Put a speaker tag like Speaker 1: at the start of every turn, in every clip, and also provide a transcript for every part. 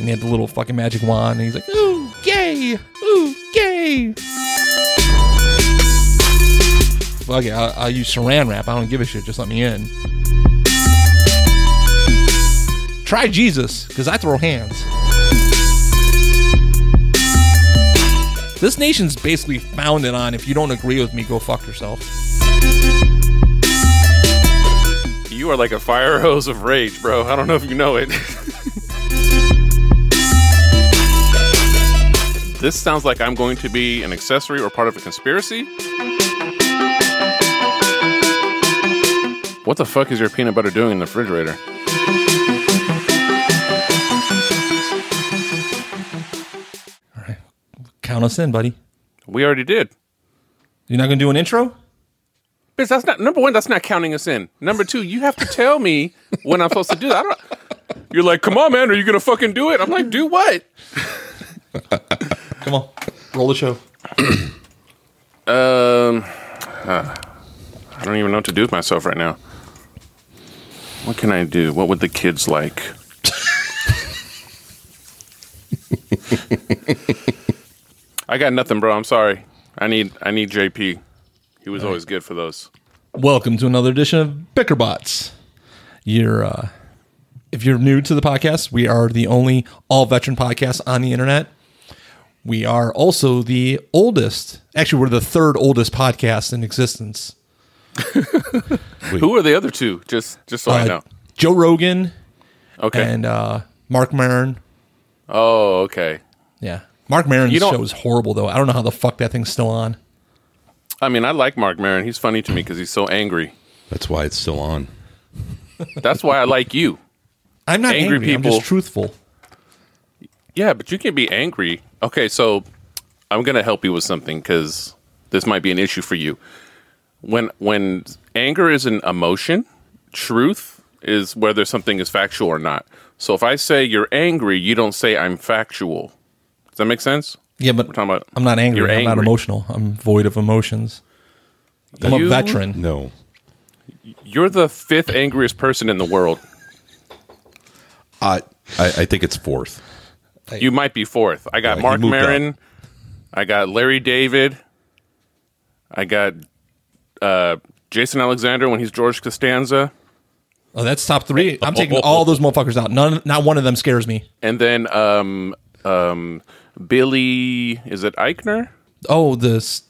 Speaker 1: and he had the little fucking magic wand, and he's like, "Ooh, gay! Ooh, gay!" Fuck it, I'll, I'll use Saran wrap. I don't give a shit. Just let me in. Try Jesus, because I throw hands. This nation's basically founded on if you don't agree with me, go fuck yourself.
Speaker 2: You are like a fire hose of rage, bro. I don't know if you know it. this sounds like I'm going to be an accessory or part of a conspiracy. What the fuck is your peanut butter doing in the refrigerator?
Speaker 1: Count us in, buddy.
Speaker 2: We already did.
Speaker 1: You're not gonna do an intro?
Speaker 2: Bitch, that's not number one. That's not counting us in. Number two, you have to tell me when I'm supposed to do that. I don't. You're like, come on, man. Are you gonna fucking do it? I'm like, do what?
Speaker 1: Come on, roll the show.
Speaker 2: Um, uh, I don't even know what to do with myself right now. What can I do? What would the kids like? I got nothing, bro. I'm sorry. I need I need JP. He was always good for those.
Speaker 1: Welcome to another edition of Bickerbots. You're, uh, if you're new to the podcast, we are the only all veteran podcast on the internet. We are also the oldest. Actually, we're the third oldest podcast in existence.
Speaker 2: Who are the other two? Just just so I
Speaker 1: Uh,
Speaker 2: know.
Speaker 1: Joe Rogan
Speaker 2: Okay.
Speaker 1: and uh, Mark Maron.
Speaker 2: oh, okay.
Speaker 1: Yeah, Mark Maron's
Speaker 2: You don't-
Speaker 1: show is horrible though. I don't know how the fuck that thing's still on.
Speaker 2: I mean, I like Mark Maron. He's funny to me because he's so angry.
Speaker 3: That's why it's still on.
Speaker 2: That's why I like you.
Speaker 1: I'm not angry.
Speaker 2: Angry
Speaker 1: I'm
Speaker 2: people.
Speaker 1: just truthful.
Speaker 2: Yeah, but you can be angry. Okay, so I'm gonna help you with something because this might be an issue for you. When when anger is an emotion, truth is whether something is factual or not. So if I say you're angry, you don't say I'm factual. Does that make sense?
Speaker 1: Yeah, but
Speaker 2: We're talking about
Speaker 1: I'm not angry.
Speaker 2: You're
Speaker 1: I'm not
Speaker 2: angry.
Speaker 1: emotional. I'm void of emotions. I'm a
Speaker 2: You-
Speaker 1: veteran.
Speaker 3: No.
Speaker 2: You're the fifth angriest person in the world.
Speaker 3: I, I, I think it's fourth.
Speaker 2: You might be fourth. I got
Speaker 3: Yeah, he
Speaker 2: Mark
Speaker 3: moved
Speaker 2: Marin. I got Larry David. I got uh, Jason Alexander when he's George Costanza.
Speaker 1: Oh, that's top three. I'm taking all those motherfuckers out. None, not one of them scares me.
Speaker 2: And then um, um, Billy, is it Eichner?
Speaker 1: Oh, this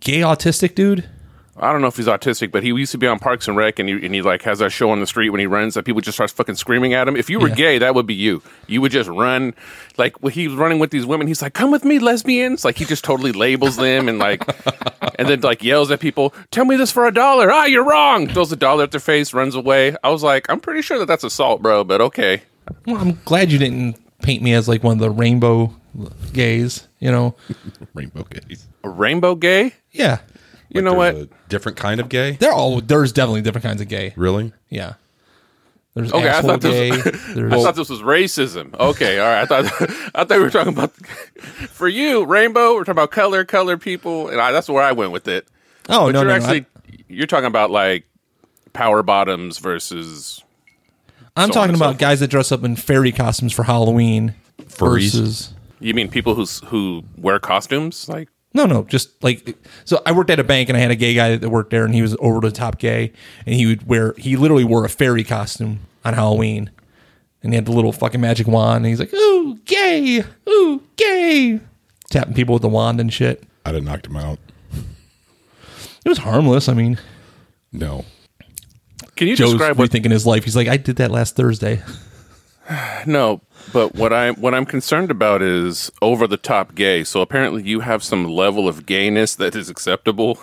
Speaker 1: gay autistic dude.
Speaker 2: I don't know if he's autistic, but he used to be on Parks and Rec, and he, and he like has that show on the street when he runs that people just start fucking screaming at him. If you were
Speaker 1: Yeah.
Speaker 2: gay, that would be you. You would just run like when he was running with these women. He's like, "Come with me, lesbians!" Like he just totally labels them and like, and then like yells at people, "Tell me this for a dollar!" Ah, you're wrong. Throws a dollar at their face, runs away. I was like, I'm pretty sure that that's assault, bro. But okay,
Speaker 1: Well, I'm glad you didn't paint me as like one of the rainbow gays. You know?
Speaker 3: Rainbow gays.
Speaker 2: a rainbow gay.
Speaker 1: Yeah,
Speaker 2: You know what?
Speaker 3: different kind of gay?
Speaker 1: they're all. There's definitely different kinds of gay.
Speaker 3: Really?
Speaker 1: Yeah. There's
Speaker 2: Okay, I
Speaker 1: asshole
Speaker 2: thought
Speaker 1: gay.
Speaker 2: this
Speaker 1: there's,
Speaker 2: I thought this was racism. Okay, all right. I thought I thought we were talking about for you rainbow. We're talking about color, color people, and I, that's where I went with it.
Speaker 1: oh
Speaker 2: But
Speaker 1: no,
Speaker 2: you're
Speaker 1: no,
Speaker 2: actually
Speaker 1: no.
Speaker 2: you're talking about like power bottoms versus
Speaker 1: I, am
Speaker 2: so on
Speaker 1: talking
Speaker 2: and so
Speaker 1: about
Speaker 2: forth.
Speaker 1: guys that dress up in fairy costumes for Halloween
Speaker 3: Furries.
Speaker 1: versus.
Speaker 2: you mean people who who wear costumes like
Speaker 1: No, no, just like so. I worked at a bank, and I had a gay guy that worked there, and he was over the top gay, and he would wear he literally wore a fairy costume on Halloween, and he had the little fucking magic wand, and he's like, "Ooh, gay, ooh, gay," tapping people with the wand and shit.
Speaker 3: I'd have knocked him out.
Speaker 1: It was harmless. I mean,
Speaker 3: No.
Speaker 2: can you
Speaker 1: Joe's
Speaker 2: describe what
Speaker 1: rethinking his life. He's like, "I did that last Thursday."
Speaker 2: no but what I what I'm concerned about is over the top gay so apparently you have some level of gayness that is acceptable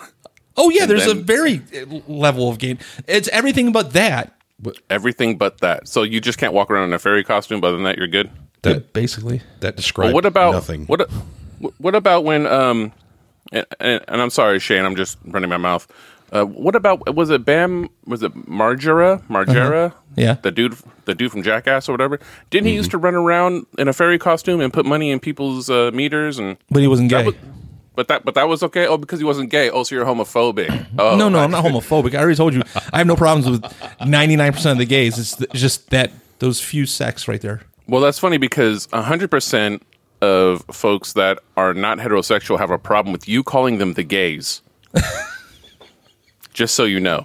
Speaker 1: Oh yeah, there's a
Speaker 2: then-
Speaker 1: very eh, level of game. It's everything but that,
Speaker 2: everything but that so you just can't walk around in a fairy costume but other than that you're good
Speaker 3: That
Speaker 1: basically.
Speaker 3: that describes
Speaker 2: what about
Speaker 3: nothing.
Speaker 2: What what about when um and, and, and I'm sorry, Shane, I'm just running my mouth. Uh, what about was it Bam? Was it Margera? Margera?
Speaker 1: Uh-huh. Yeah. Mm-hmm.
Speaker 2: the dude, the dude from Jackass or whatever. Didn't he used to run around in a fairy costume and put money in people's uh, meters and?
Speaker 1: But he wasn't gay.
Speaker 2: But, but that, but that was okay. Oh, because he wasn't gay. Oh, so you're homophobic. Oh,
Speaker 1: No, no, I'm not homophobic. I already told you, I have no problems with 99% of the gays. It's th- just that those few sex right there.
Speaker 2: Well, that's funny because 100% of folks that are not heterosexual have a problem with you calling them the gays. Just so you know.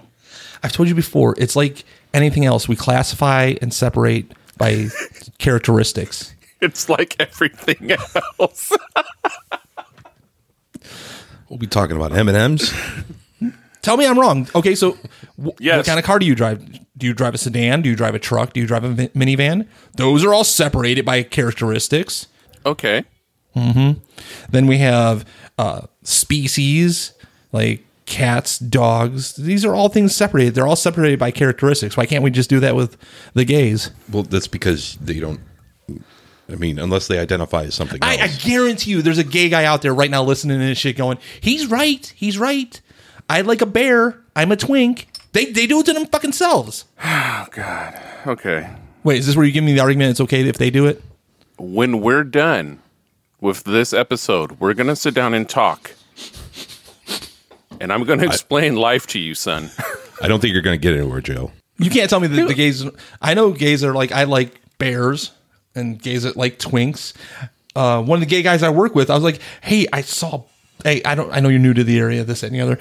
Speaker 1: I've told you before, it's like anything else. We classify and separate by characteristics.
Speaker 2: It's like everything else.
Speaker 3: We'll be talking about M and M's.
Speaker 1: Tell me I'm wrong. Okay, so wh- what
Speaker 2: Yes.
Speaker 1: kind of car do you drive? Do you drive a sedan? Do you drive a truck? Do you drive a mi- minivan? Those are all separated by characteristics.
Speaker 2: okay.
Speaker 1: Then we have uh, species like cats, dogs. These are all things separated. They're all separated by characteristics. Why can't we just do that with the gays?
Speaker 3: Well, that's because they don't. I mean, unless they identify as something
Speaker 1: I, I
Speaker 3: else.
Speaker 1: guarantee you, there's a gay guy out there right now listening to this shit, going, "He's right. He's right. I like a bear. I'm a twink." They they do it to them fucking selves.
Speaker 2: Okay.
Speaker 1: Wait, is this where you give me the argument? It's okay if they do it.
Speaker 2: When we're done with this episode, we're going to sit down and talk. And I'm going to explain life to you, son.
Speaker 3: I don't think you're going to get anywhere, Joe.
Speaker 1: You can't tell me that the gays. I know gays are like I like bears and gays that like twinks. Uh, one of the gay guys I work with, I was like, "Hey, I saw. Hey, I don't. I know you're new to the area. This that, and the other.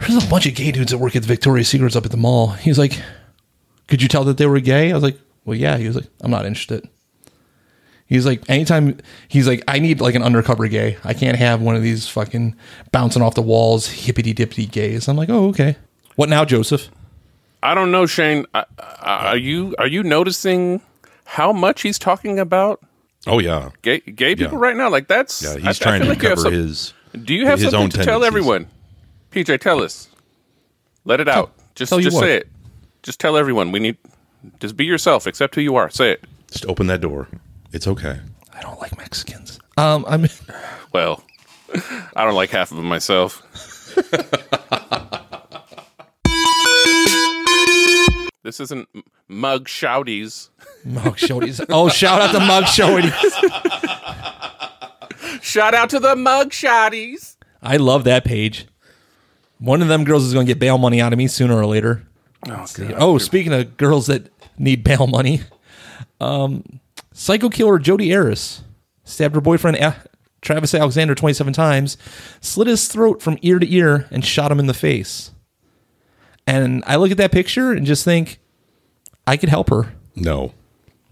Speaker 1: There's a bunch of gay dudes that work at Victoria's Secrets up at the mall." He's like, "Could you tell that they were gay?" I was like, "Well, yeah." He was like, "I'm not interested." He's like, anytime he's like, I need like an undercover gay. I can't have one of these fucking bouncing off the walls hippity dippity gays. I'm like, oh okay. What now, Joseph?
Speaker 2: I don't know, Shane. I, I, are you are you noticing how much he's talking about
Speaker 3: Oh yeah,
Speaker 2: gay gay people
Speaker 3: Yeah.
Speaker 2: right now? Like that's
Speaker 3: yeah.
Speaker 2: I-
Speaker 3: He's
Speaker 2: I
Speaker 3: trying
Speaker 2: feel
Speaker 3: to
Speaker 2: like you have
Speaker 3: cover
Speaker 2: some-
Speaker 3: his.
Speaker 2: Do you have
Speaker 3: his
Speaker 2: something
Speaker 3: own
Speaker 2: to tell
Speaker 3: tendencies.
Speaker 2: everyone? PJ, tell us. Let it out. Just
Speaker 1: tell you
Speaker 2: just
Speaker 1: what.
Speaker 2: say it. Just tell everyone. We need just be yourself. Accept who you are. Say it.
Speaker 3: Just open that door. It's okay.
Speaker 1: I don't like Mexicans. Um, I'm
Speaker 2: Well, I don't like half of them myself. this isn't m- mug shouties.
Speaker 1: Mug Shorties. Oh, shout out to Mug Shorties.
Speaker 2: Shout out to the mug shouties.
Speaker 1: I love that page. One of them girls is going to get bail money out of me sooner or later.
Speaker 2: Oh,
Speaker 1: Oh, speaking of girls that need bail money, um, psycho killer Jody Arias stabbed her boyfriend eh, Travis Alexander 27 times, slit his throat from ear to ear, and shot him in the face. And I look at that picture and just think, I could help her.
Speaker 3: No,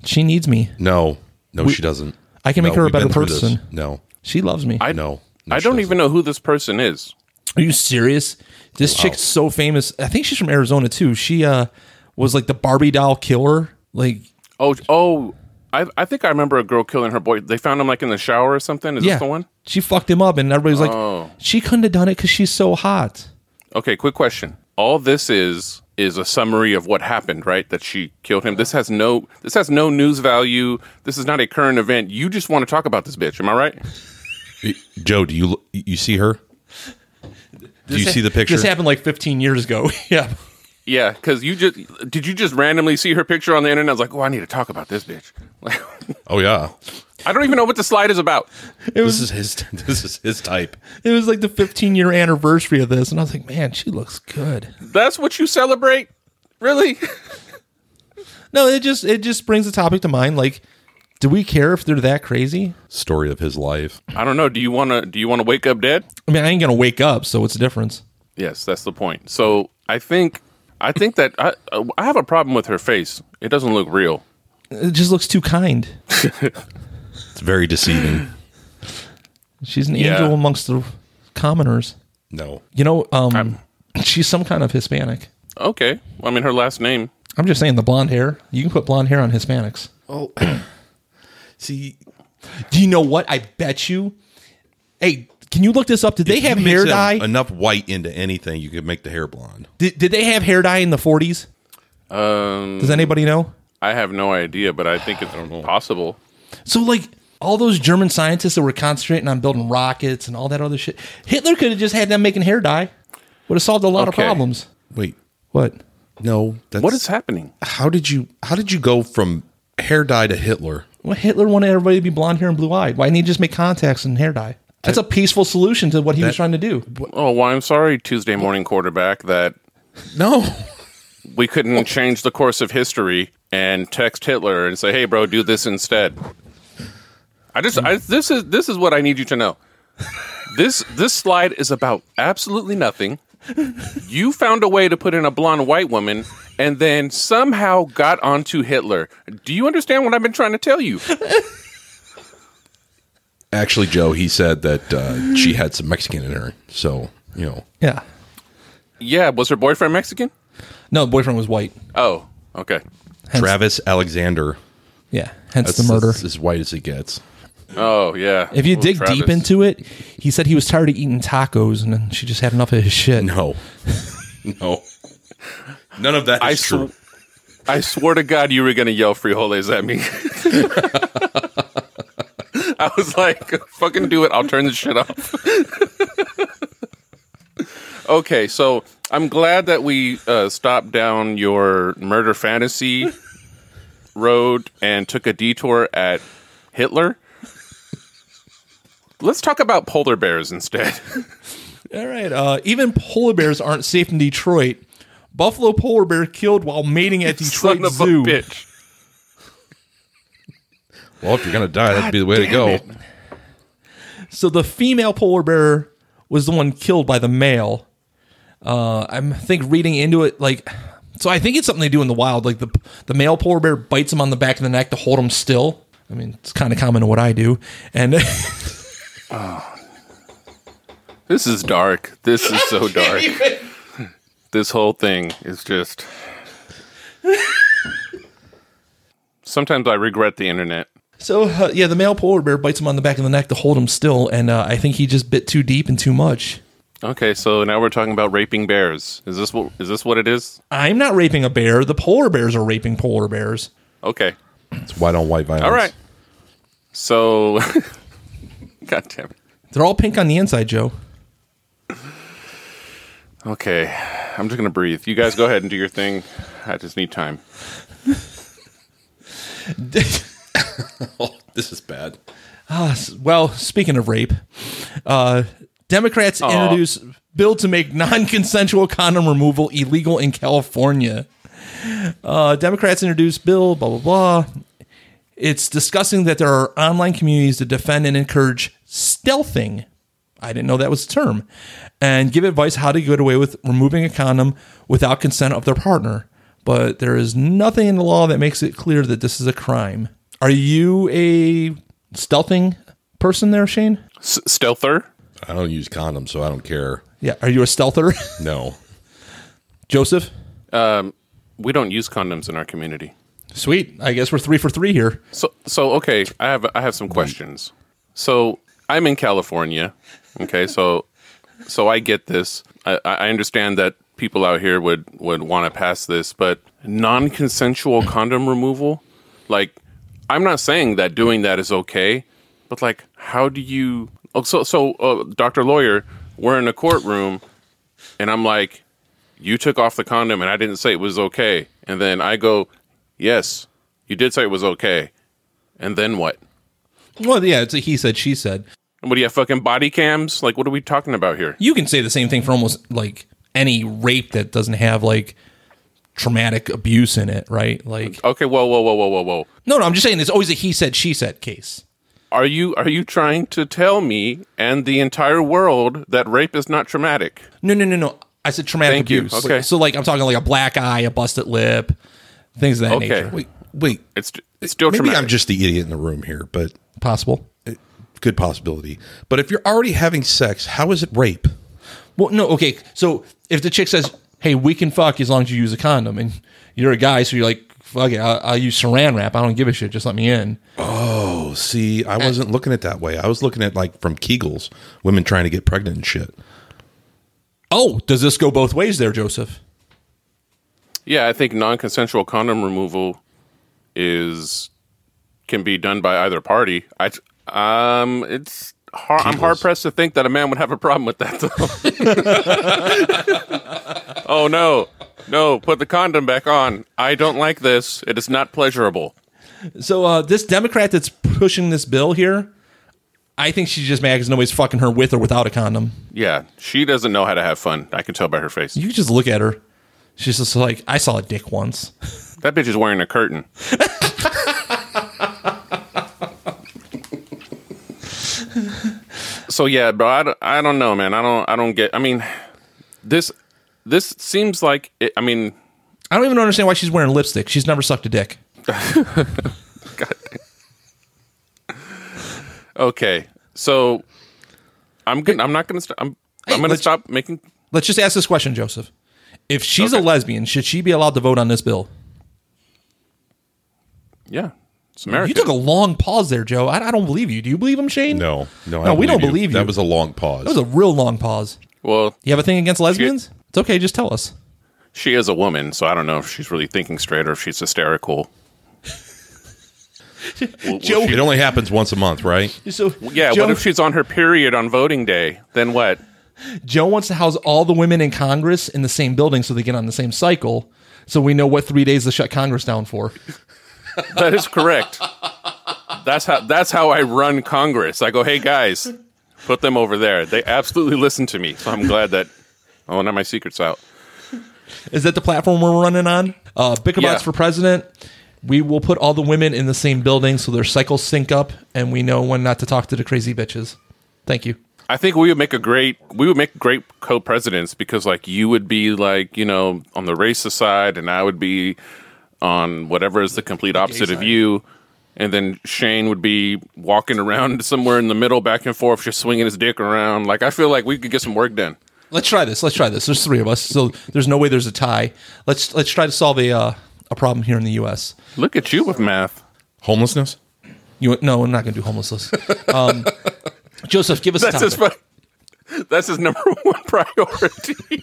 Speaker 1: She needs me.
Speaker 3: no, no. she doesn't.
Speaker 1: I can
Speaker 3: No,
Speaker 1: make her a
Speaker 3: we've been
Speaker 1: better
Speaker 3: through this.
Speaker 1: person.
Speaker 3: No,
Speaker 1: She loves me.
Speaker 2: I
Speaker 3: no. no
Speaker 2: I
Speaker 3: she
Speaker 2: don't
Speaker 3: doesn't.
Speaker 2: even know who this person is.
Speaker 1: Are you serious? This chick's so famous. I think she's from Arizona too. She uh was like the Barbie doll killer. Like
Speaker 2: Oh, oh, I, I think I remember a girl killing her boy. They found him like in the shower or something. Is
Speaker 1: yeah,
Speaker 2: this the one?
Speaker 1: she fucked him up, and everybody's like,
Speaker 3: Oh.
Speaker 1: she couldn't have done it because she's so hot.
Speaker 2: Okay, quick question. All this is is a summary of what happened, right? That she killed him. This has no this has no news value. This is not a current event. You just want to talk about this bitch, am I right?
Speaker 3: Joe, do you you see her? Do you see the picture?
Speaker 1: This happened like 15 years ago. yeah,
Speaker 2: Yeah, cuz you just did you just randomly see her picture on the internet? I was like, "Oh, I need to talk about this bitch." Like
Speaker 3: oh yeah,
Speaker 2: I don't even know what the slide is about.
Speaker 1: it
Speaker 3: this
Speaker 1: was
Speaker 3: is his. This is his type.
Speaker 1: it was like the 15 year anniversary of this, and I was like, man, she looks good.
Speaker 2: That's what you celebrate? Really?
Speaker 1: No, it just it just brings the topic to mind. Like, do we care if they're that crazy?
Speaker 3: Story of his life.
Speaker 2: I don't know. Do you want to do you want to wake up dead?
Speaker 1: I mean, I ain't gonna wake up, so what's the difference?
Speaker 2: Yes, that's the point. So I think I think that I I have a problem with her face. It doesn't look real.
Speaker 1: It just looks too kind.
Speaker 3: It's very deceiving.
Speaker 1: She's an
Speaker 2: Yeah.
Speaker 1: angel amongst the commoners.
Speaker 3: No,
Speaker 1: You know, um, she's some kind of Hispanic.
Speaker 2: Okay. Well, I mean, her last name.
Speaker 1: I'm just saying the blonde hair. You can put blonde hair on Hispanics.
Speaker 3: see,
Speaker 1: Do you know what? I bet you. Hey, can you look this up? Did they have hair dye?
Speaker 3: enough white into anything, you could make the hair blonde.
Speaker 1: did, did they have hair dye in the 40s?
Speaker 2: Um,
Speaker 1: Does anybody know?
Speaker 2: I have no idea, but I think it's possible.
Speaker 1: So like all those German scientists that were concentrating on building rockets and all that other shit. Hitler could have just had them making hair dye. Would have solved a lot of
Speaker 2: Okay.
Speaker 1: problems.
Speaker 3: Wait,
Speaker 1: What?
Speaker 3: no. That's,
Speaker 2: What is happening?
Speaker 3: How did you? How did you go from hair dye to Hitler?
Speaker 1: Well, Hitler wanted everybody to be blonde hair and blue eyed. Why didn't he just make contacts and hair dye? That's a peaceful solution to what he was trying to do.
Speaker 2: Oh, well, I'm sorry, Tuesday morning quarterback, that
Speaker 3: No,
Speaker 2: we couldn't change the course of history. and text Hitler and say, "Hey, bro, do this instead." I just I, this is this is what I need you to know. This this slide is about absolutely nothing. You found a way to put in a blonde white woman and then somehow got onto Hitler. Do you understand what I've been trying to tell you?
Speaker 3: Actually, Joe, he said that uh, she had some Mexican in her. So, you know,
Speaker 1: Yeah.
Speaker 2: Yeah, was her boyfriend Mexican?
Speaker 1: No, boyfriend was white.
Speaker 2: Oh, okay.
Speaker 1: Hence-
Speaker 3: Travis Alexander.
Speaker 1: Yeah. Hence
Speaker 3: That's
Speaker 1: the murder.
Speaker 3: As, as white as it gets.
Speaker 2: Oh, yeah.
Speaker 1: If you
Speaker 2: Well,
Speaker 1: dig
Speaker 2: Travis.
Speaker 1: deep into it, he said he was tired of eating tacos and then she just had enough of his shit.
Speaker 3: No. no. None of that is
Speaker 2: I sw-
Speaker 3: true.
Speaker 2: I swear to God, you were gonna yell frijoles at me. I was like, "Fucking do it! I'll turn this shit off." okay, so I'm glad that we uh, stopped down your murder fantasy road and took a detour at Hitler. Let's talk about polar bears instead.
Speaker 1: All right. Uh, even polar bears aren't safe in Detroit. Buffalo polar bear killed while mating at Detroit
Speaker 2: Son of
Speaker 1: Zoo.
Speaker 2: a bitch.
Speaker 3: well, if you're going to die, that'd be the way to go.
Speaker 1: So the female polar bear was the one killed by the male. Uh, I'm I think reading into it like, so I think it's something they do in the wild. Like the the male polar bear bites him on the back of the neck to hold him still. I mean, it's kind of common to what I do, and.
Speaker 2: This is dark. This is so dark. This whole thing is just. Sometimes I regret the internet.
Speaker 1: So uh, yeah, the male polar bear bites him on the back of the neck to hold him still, and uh, I think he just bit too deep and too much.
Speaker 2: Okay, so now we're talking about raping bears. Is this what is this what it is?
Speaker 1: I'm not raping a bear. The polar bears are raping polar bears.
Speaker 2: Okay.
Speaker 3: It's white on white violence.
Speaker 2: All right. So God damn it.
Speaker 1: They're all pink on the inside, Joe.
Speaker 2: Okay. I'm just going to breathe. You guys go ahead and do your thing. I just need time.
Speaker 3: Oh, this is bad.
Speaker 1: Ah, s- well, speaking of rape, uh, Democrats introduce bill to make non-consensual condom removal illegal in California. Uh, Democrats introduce bill. Blah blah blah. It's discussing that there are online communities that defend and encourage stealthing. I didn't know that was a term. And give advice how to get away with removing a condom without consent of their partner. But there is nothing in the law that makes it clear that this is a crime. Are you a stealthing person there, Shane?
Speaker 2: S- stealther?
Speaker 3: I don't use condoms, so I don't care.
Speaker 1: Yeah. Are you a stealther?
Speaker 3: No.
Speaker 1: Joseph?
Speaker 2: We don't use condoms in our community.
Speaker 1: Sweet. I guess we're three for three here.
Speaker 2: So so okay, I have I have some questions. So I'm in California. Okay, so so I get this. I, I understand that people out here would would want to pass this, but non-consensual condom removal, like I'm not saying that doing that is okay, but like how do you? Oh, so so uh, Doctor Lawyer, we're in a courtroom, and I'm like, you took off the condom and I didn't say it was okay. And then I go, yes, you did say it was okay. And then what?
Speaker 1: Well, yeah, it's a he said, she said.
Speaker 2: What do you have fucking body cams? Like, what are we talking about here?
Speaker 1: you can say the same thing for almost like any rape that doesn't have like traumatic abuse in it, right? Like,
Speaker 2: Okay, whoa, whoa, whoa, whoa, whoa, whoa.
Speaker 1: no, no, I'm just saying it's always a he said, she said case.
Speaker 2: Are you are you trying to tell me and the entire world that rape is not traumatic?
Speaker 1: No, no, no, no. I said traumatic
Speaker 2: Thank you.
Speaker 1: abuse.
Speaker 2: Okay.
Speaker 1: So, like, I'm talking like a black eye, a busted lip, things of that
Speaker 2: Okay.
Speaker 1: nature.
Speaker 3: Wait, wait.
Speaker 2: It's it's still
Speaker 3: Maybe
Speaker 2: traumatic.
Speaker 3: I'm just the idiot in the room here, but
Speaker 1: Possible.
Speaker 3: good possibility. But if you're already having sex, how is it rape?
Speaker 1: Well, no, okay. So, if the chick says, hey, we can fuck as long as you use a condom, and you're a guy, so you're like, fuck it, I'll, I'll use saran wrap. I don't give a shit. Just let me in.
Speaker 3: Oh, see, I wasn't looking at that way. I was looking at like from Kegels, women trying to get pregnant and shit.
Speaker 1: Oh, does this go both ways there, Joseph?
Speaker 2: yeah, I think non-consensual condom removal is can be done by either party. I um, it's hard. I'm hard pressed to think that a man would have a problem with that. Though. oh no, no! Put the condom back on. I don't like this. It is not pleasurable.
Speaker 1: So uh, this Democrat that's pushing this bill here, I think she's just mad because nobody's fucking her with or without a condom.
Speaker 2: Yeah, she doesn't know how to have fun. I can tell by her face.
Speaker 1: You can just look at her. She's just like, I saw a dick once.
Speaker 2: That bitch is wearing a curtain. so yeah, bro, I don't, I don't know, man. I don't I don't get. I mean, this this seems like it, I mean,
Speaker 1: I don't even understand why she's wearing lipstick. She's never sucked a dick.
Speaker 2: okay. So I'm gonna I'm not gonna stop. I'm I'm gonna
Speaker 1: let's-
Speaker 2: stop making.
Speaker 1: Let's just ask this question, Joseph. If she's a lesbian, should she be allowed to vote on this bill?
Speaker 2: Yeah, it's America.
Speaker 1: You took a long pause there, Joe. I, I don't believe you. Do you believe him, Shane?
Speaker 3: No, no, I
Speaker 1: No, we don't
Speaker 3: you.
Speaker 1: believe you.
Speaker 3: That was a long pause.
Speaker 1: That was a real long pause.
Speaker 2: well,
Speaker 1: You have a thing against lesbians? It's okay. Just tell us.
Speaker 2: she is a woman, so I don't know if she's really thinking straight or if she's hysterical.
Speaker 1: Joe,
Speaker 3: it only happens once a month, right?
Speaker 1: so
Speaker 2: Yeah,
Speaker 1: Joe,
Speaker 2: what if she's on her period on voting day? Then what?
Speaker 1: Joe wants to house all the women in Congress in the same building so they get on the same cycle, so we know what three days to shut Congress down for.
Speaker 2: That is correct. that's how that's how I run Congress. I go, hey guys, put them over there. They absolutely listen to me. So I'm glad that oh now my secret's out.
Speaker 1: Is that the platform we're running on? Uh, Bickerbots
Speaker 2: Yeah.
Speaker 1: for president. We will put all the women in the same building so their cycles sync up, and we know when not to talk to the crazy bitches. Thank you.
Speaker 2: I think we would make a great we would make great co presidents because like you would be like, you know, on the racist side and I would be on whatever is the complete opposite of you. And then Shane would be walking around somewhere in the middle, back and forth, just swinging his dick around. Like I feel like we could get some work done.
Speaker 1: Let's try this. Let's try this. There's three of us, so there's no way there's a tie. Let's let's try to solve a uh, a problem here in the U.S.
Speaker 2: Look at you with math.
Speaker 3: Homelessness.
Speaker 1: You no, I'm not going to do homelessness. Um, Joseph, give us a
Speaker 2: That's his.
Speaker 1: topic.
Speaker 2: fu- That's his number one priority.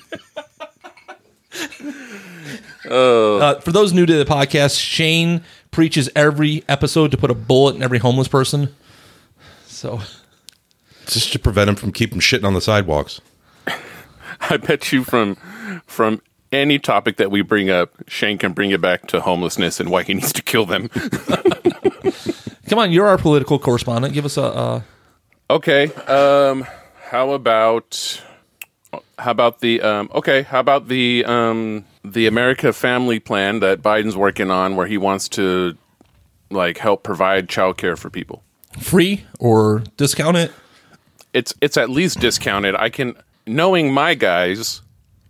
Speaker 1: Uh, for those new to the podcast, Shane preaches every episode to put a bullet in every homeless person. So
Speaker 3: Just to prevent him from keeping shitting on the sidewalks.
Speaker 2: I bet you from from any topic that we bring up, Shane can bring it back to homelessness and why he needs to kill them.
Speaker 1: come on, you're our political correspondent. Give us a. Uh,
Speaker 2: okay. Um. How about how about the um. Okay. How about the um the America Family Plan that Biden's working on, where he wants to like help provide childcare for people.
Speaker 1: free or discount it.
Speaker 2: it's it's at least discounted. I can knowing my guys,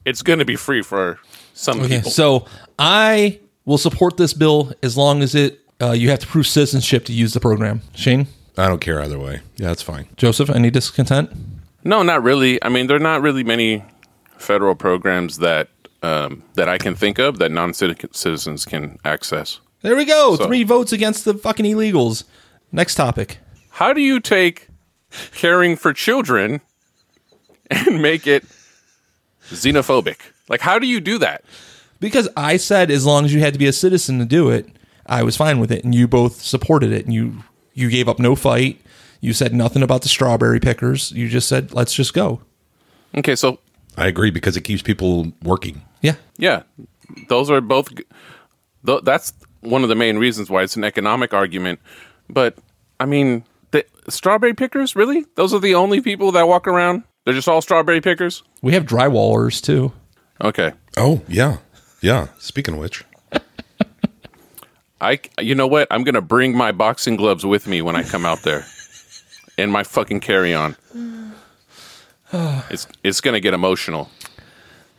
Speaker 2: it's going to be free for some
Speaker 1: Okay,
Speaker 2: people.
Speaker 1: so I will support this bill as long as it uh, you have to prove citizenship to use the program. Shane,
Speaker 3: I don't care either way. Yeah, that's fine.
Speaker 1: Joseph, any discontent?
Speaker 2: No, not really. I mean, there are not really many federal programs that um, that I can think of that non citizens can access.
Speaker 1: There we go. Three votes against the fucking illegals. Next topic.
Speaker 2: How do you take caring for children and make it xenophobic? Like, how do you do that?
Speaker 1: Because I said as long as you had to be a citizen to do it, I was fine with it, and you both supported it, and you you gave up no fight. You said nothing about the strawberry pickers. You just said let's just go.
Speaker 2: Okay, so
Speaker 3: I agree because it keeps people working.
Speaker 1: Yeah,
Speaker 2: Yeah, those are both. g- tho- That's one of the main reasons why it's an economic argument. But I mean, the strawberry pickers really? Those are the only people that walk around. They're just all strawberry pickers.
Speaker 1: we have drywallers too.
Speaker 2: Okay,
Speaker 3: Oh yeah, yeah. Speaking of which,
Speaker 2: I. You know what? I'm gonna bring my boxing gloves with me when I come out there, and my fucking carry on. It's it's gonna get emotional.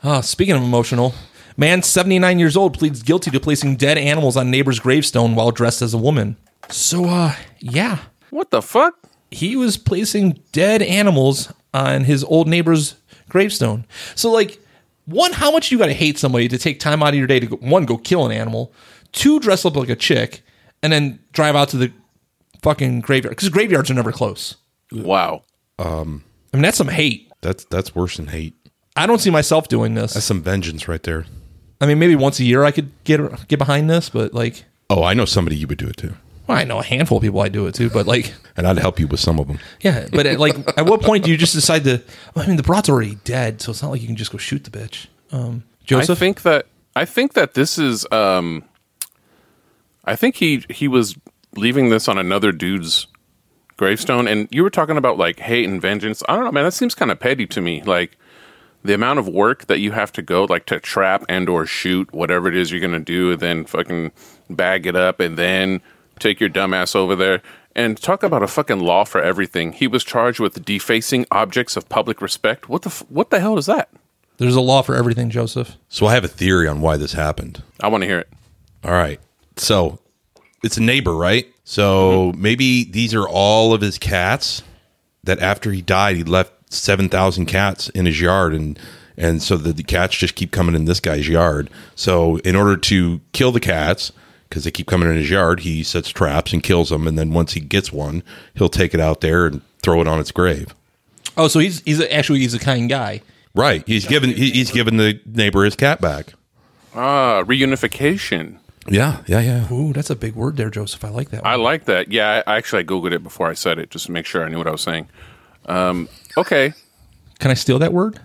Speaker 1: Uh, speaking of emotional, man, seventy nine years old pleads guilty to placing dead animals on neighbor's gravestone while dressed as a woman. So, uh, yeah,
Speaker 2: What the fuck?
Speaker 1: he was placing dead animals on his old neighbor's gravestone. So, like, one, how much you got to hate somebody to take time out of your day to go, one, go kill an animal, two, dress up like a chick, and then drive out to the fucking graveyard because graveyards are never close.
Speaker 2: Wow.
Speaker 1: I mean, that's some hate.
Speaker 3: that's that's worse than hate.
Speaker 1: I don't see myself doing this.
Speaker 3: That's some vengeance right there.
Speaker 1: I mean, maybe once a year I could get get behind this, but like,
Speaker 3: Oh, I know somebody you would do it to,
Speaker 1: well, I know a handful of people I do it to, but like,
Speaker 3: and I'd help you with some of them.
Speaker 1: yeah, but at, like, at what point do you just decide to? I mean, the brat's already dead, so it's not like you can just go shoot the bitch. Um,
Speaker 2: I
Speaker 1: Joseph,
Speaker 2: think that I think that this is um I think he he was leaving this on another dude's gravestone and you were talking about like hate and vengeance. I don't know, man, that seems kind of petty to me. Like the amount of work that you have to go like to trap and or shoot whatever it is you're gonna do and then fucking bag it up and then take your dumbass over there and talk about a fucking law for everything he was charged with defacing objects of public respect what the f- what the hell is that
Speaker 1: There's a law for everything, Joseph.
Speaker 3: So I have a theory on why this happened.
Speaker 2: i want to hear it
Speaker 3: All right. So it's a neighbor, right? So maybe these are all of his cats that after he died, he left 7,000 cats in his yard. And, and so the, the cats just keep coming in this guy's yard. So in order to kill the cats, because they keep coming in his yard, he sets traps and kills them. And then once he gets one, he'll take it out there and throw it on its grave.
Speaker 1: Oh, so he's he's actually he's a kind guy.
Speaker 3: Right. He's given he, he's given the neighbor his cat back.
Speaker 2: ah reunification
Speaker 3: Yeah. Yeah. Yeah.
Speaker 1: Ooh, that's a big word there, Joseph. I like that. One.
Speaker 2: I like that. Yeah, I actually I googled it before I said it just to make sure I knew what I was saying. Um, okay,
Speaker 1: Can I steal that word?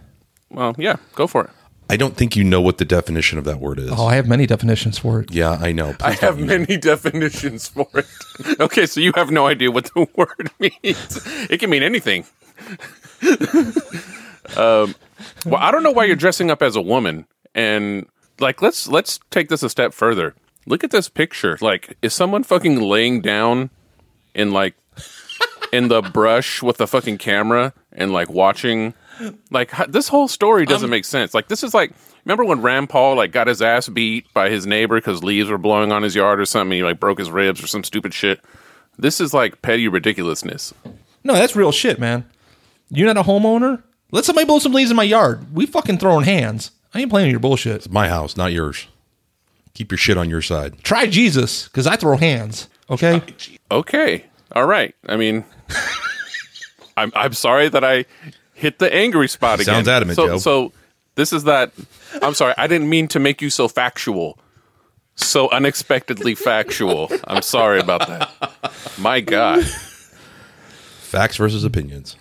Speaker 2: well, yeah, go for it.
Speaker 3: I don't think you know what the definition of that word is.
Speaker 1: Oh, I have many definitions for it.
Speaker 3: Yeah, I know.
Speaker 2: I have many definitions for it. okay, so you have no idea what the word means. It can mean anything. um, well, I don't know why you're dressing up as a woman. And like, let's let's take this a step further. Look at this picture. Like, is someone fucking laying down in like in the brush with the fucking camera and like watching? Like ho- this whole story doesn't make sense. Like this is like remember when Rand Paul like got his ass beat by his neighbor because leaves were blowing on his yard or something. He like broke his ribs or some stupid shit. This is like petty ridiculousness.
Speaker 1: No, that's real shit, man. You're not a homeowner. Let somebody blow some leaves in my yard. We fucking throwing hands. I ain't playing with your bullshit.
Speaker 3: my house, not yours. Keep your shit on your side.
Speaker 1: Try Jesus, because I throw hands. Okay.
Speaker 2: Okay. All right. I mean, I'm I'm sorry that I hit the angry spot again.
Speaker 3: Sounds adamant,
Speaker 2: so,
Speaker 3: Joe.
Speaker 2: So this is that. I'm sorry. I didn't mean to make you so factual, so unexpectedly factual. I'm sorry about that. My God,
Speaker 3: Facts versus opinions.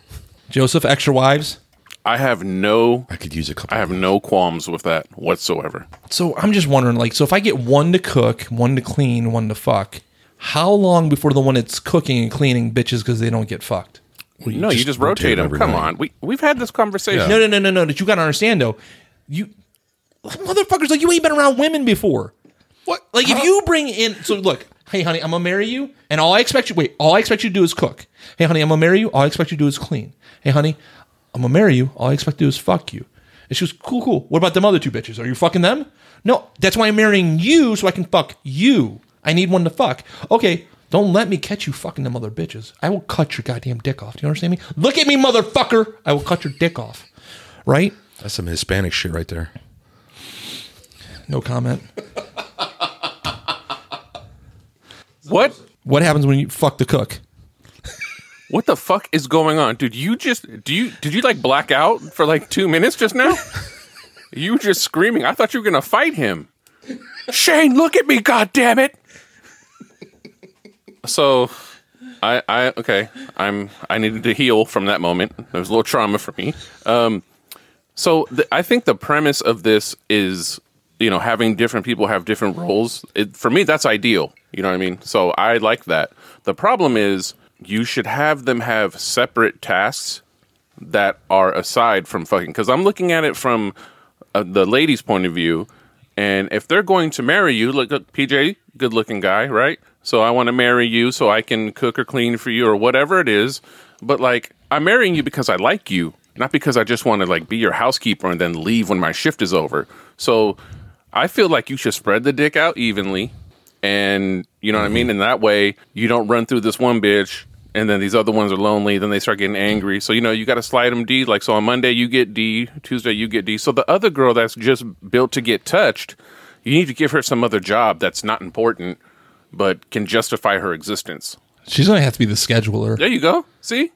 Speaker 1: Joseph, extra wives.
Speaker 2: I have no
Speaker 3: I could use a couple.
Speaker 2: I have no qualms with that whatsoever.
Speaker 1: So I'm just wondering, like, so if I get one to cook, one to clean, one to fuck, how long before the one that's cooking and cleaning bitches because they don't get fucked?
Speaker 2: no, you just rotate them.
Speaker 3: every
Speaker 2: Come
Speaker 3: night.
Speaker 2: on. We we've had this conversation.
Speaker 1: No, no, no, no, no. That you gotta understand though. You motherfuckers like you ain't been around women before. What like if you bring in so look, hey honey, I'm gonna marry you, and all I expect you wait, all I expect you to do is cook. Hey honey, I'm gonna marry you, all I expect you to do is clean. Hey honey, I'm gonna marry you, all I expect to do is fuck you. And she goes, Cool, cool. What about them other two bitches? Are you fucking them? No, that's why I'm marrying you so I can fuck you. I need one to fuck. Okay, don't let me catch you fucking them other bitches. I will cut your goddamn dick off. Do you understand me? Look at me, motherfucker. I will cut your dick off right?
Speaker 3: That's some Hispanic shit right there.
Speaker 1: No comment.
Speaker 2: What
Speaker 1: What happens when you fuck the cook?
Speaker 2: what the fuck is going on, dude? You just do you did you like black out for like two minutes just now? you were just screaming. I thought you were gonna fight him. Shane, look at me, god damn it. So I I okay. I'm I needed to heal from that moment. There was a little trauma for me. Um so th- I think the premise of this is you know having different people have different roles. It, for me, that's ideal. You know what I mean? So I like that. The problem is you should have them have separate tasks that are aside from fucking. Because I'm looking at it from uh, the lady's point of view, and if they're going to marry you, look, look PJ, good looking guy, right? So I want to marry you so I can cook or clean for you or whatever it is. But like, I'm marrying you because I like you, not because I just want to like be your housekeeper and then leave when my shift is over. So I feel like you should spread the dick out evenly. And you know what I mean? And that way you don't run through this one bitch and then these other ones are lonely. Then they start getting angry. So, you know, you got to slide them D. Like, so on Monday you get D, Tuesday you get D. So the other girl that's just built to get touched, you need to give her some other job that's not important, but can justify her existence.
Speaker 1: She's gonna have to be the scheduler.
Speaker 2: There you go. See,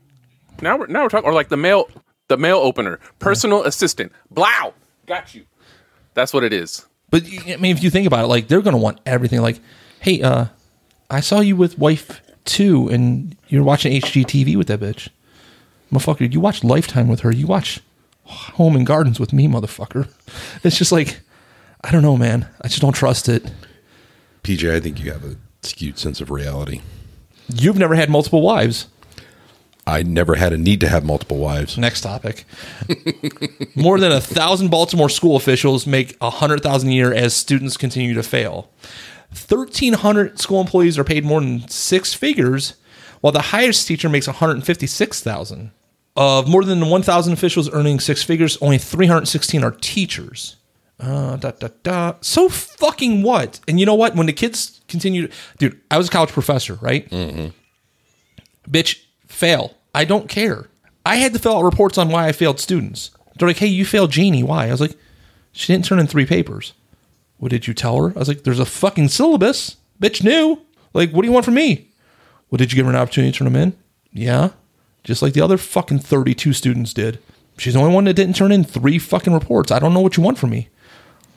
Speaker 2: now we're now we're talking, or like the mail, the mail opener, personal assistant. Blow, got you. That's what it is.
Speaker 1: But I mean, if you think about it, like they're gonna want everything. Like, hey, uh, I saw you with wife two, and you're watching HGTV with that bitch, motherfucker. You watch Lifetime with her. You watch Home and Gardens with me, motherfucker. It's just like, I don't know, man. I just don't trust it.
Speaker 3: PJ, I think you have a skewed sense of reality.
Speaker 1: You've never had multiple wives.
Speaker 3: I never had a need to have multiple wives.
Speaker 1: Next topic. More than a thousand Baltimore school officials make a hundred thousand a year as students continue to fail. Thirteen hundred school employees are paid more than six figures, while the highest teacher makes one hundred fifty-six thousand. Of more than one thousand officials earning six figures, only three hundred sixteen are teachers. Uh, da, da, da. So fucking what? And you know what? When the kids continue, to, dude, I was a college professor, right? bitch, fail. I don't care. I had to fill out reports on why I failed students. They're like, hey, you failed Jeannie. Why? I was like, she didn't turn in three papers. What did you tell her? I was like, there's a fucking syllabus. Bitch knew. Like, what do you want from me? Well, did you give her an opportunity to turn them in? Yeah. Just like the other fucking 32 students did. She's the only one that didn't turn in three fucking reports. I don't know what you want from me.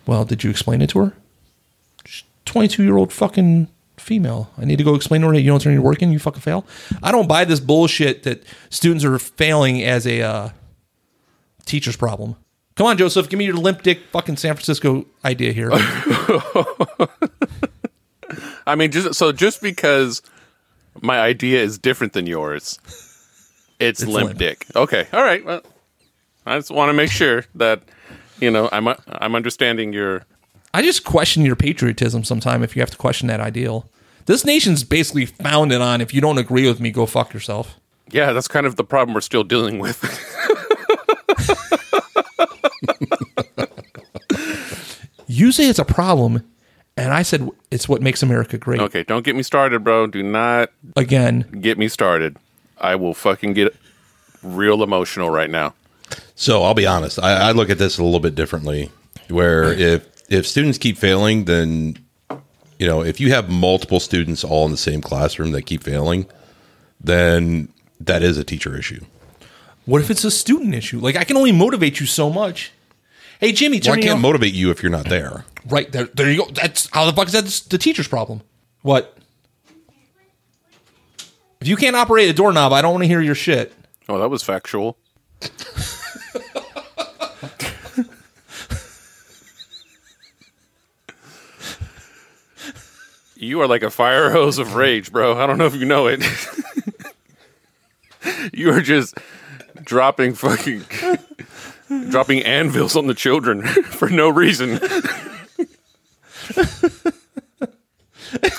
Speaker 1: Well, did you explain it to her? 22 year old fucking female. I need to go explain to her that you don't turn your work in, you fucking fail. I don't buy this bullshit that students are failing as a uh, teacher's problem. Come on, Joseph, give me your limp dick fucking San Francisco idea here.
Speaker 2: I mean, just so just because my idea is different than yours, it's, limp,
Speaker 1: limp.
Speaker 2: dick. Okay, all right. Well, I just want to make sure that you know I'm I'm understanding your.
Speaker 1: I just question your patriotism sometime if you have to question that ideal. This nation's basically founded on if you don't agree with me, go fuck yourself.
Speaker 2: Yeah, that's kind of the problem we're still dealing with.
Speaker 1: You say it's a problem, and I said it's what makes America great.
Speaker 2: okay, don't get me started, bro. Do not
Speaker 1: Again,
Speaker 2: get me started. I will fucking get real emotional right now.
Speaker 3: So I'll be honest. I, I look at this a little bit differently. Where if if students keep failing, then you know if you have multiple students all in the same classroom that keep failing, then that is a teacher issue.
Speaker 1: what if it's a student issue? Like, I can only motivate you so much. Hey, Jimmy,
Speaker 3: Well, I
Speaker 1: turn your
Speaker 3: can't motivate you if you're not there.
Speaker 1: Right there, there you go. That's how the fuck is that the teacher's problem? What? If you can't operate a doorknob, I don't want to hear your shit.
Speaker 2: Oh, that was factual. you are like a fire hose of rage, bro. I don't know if you know it. you are just dropping fucking dropping anvils on the children for no reason.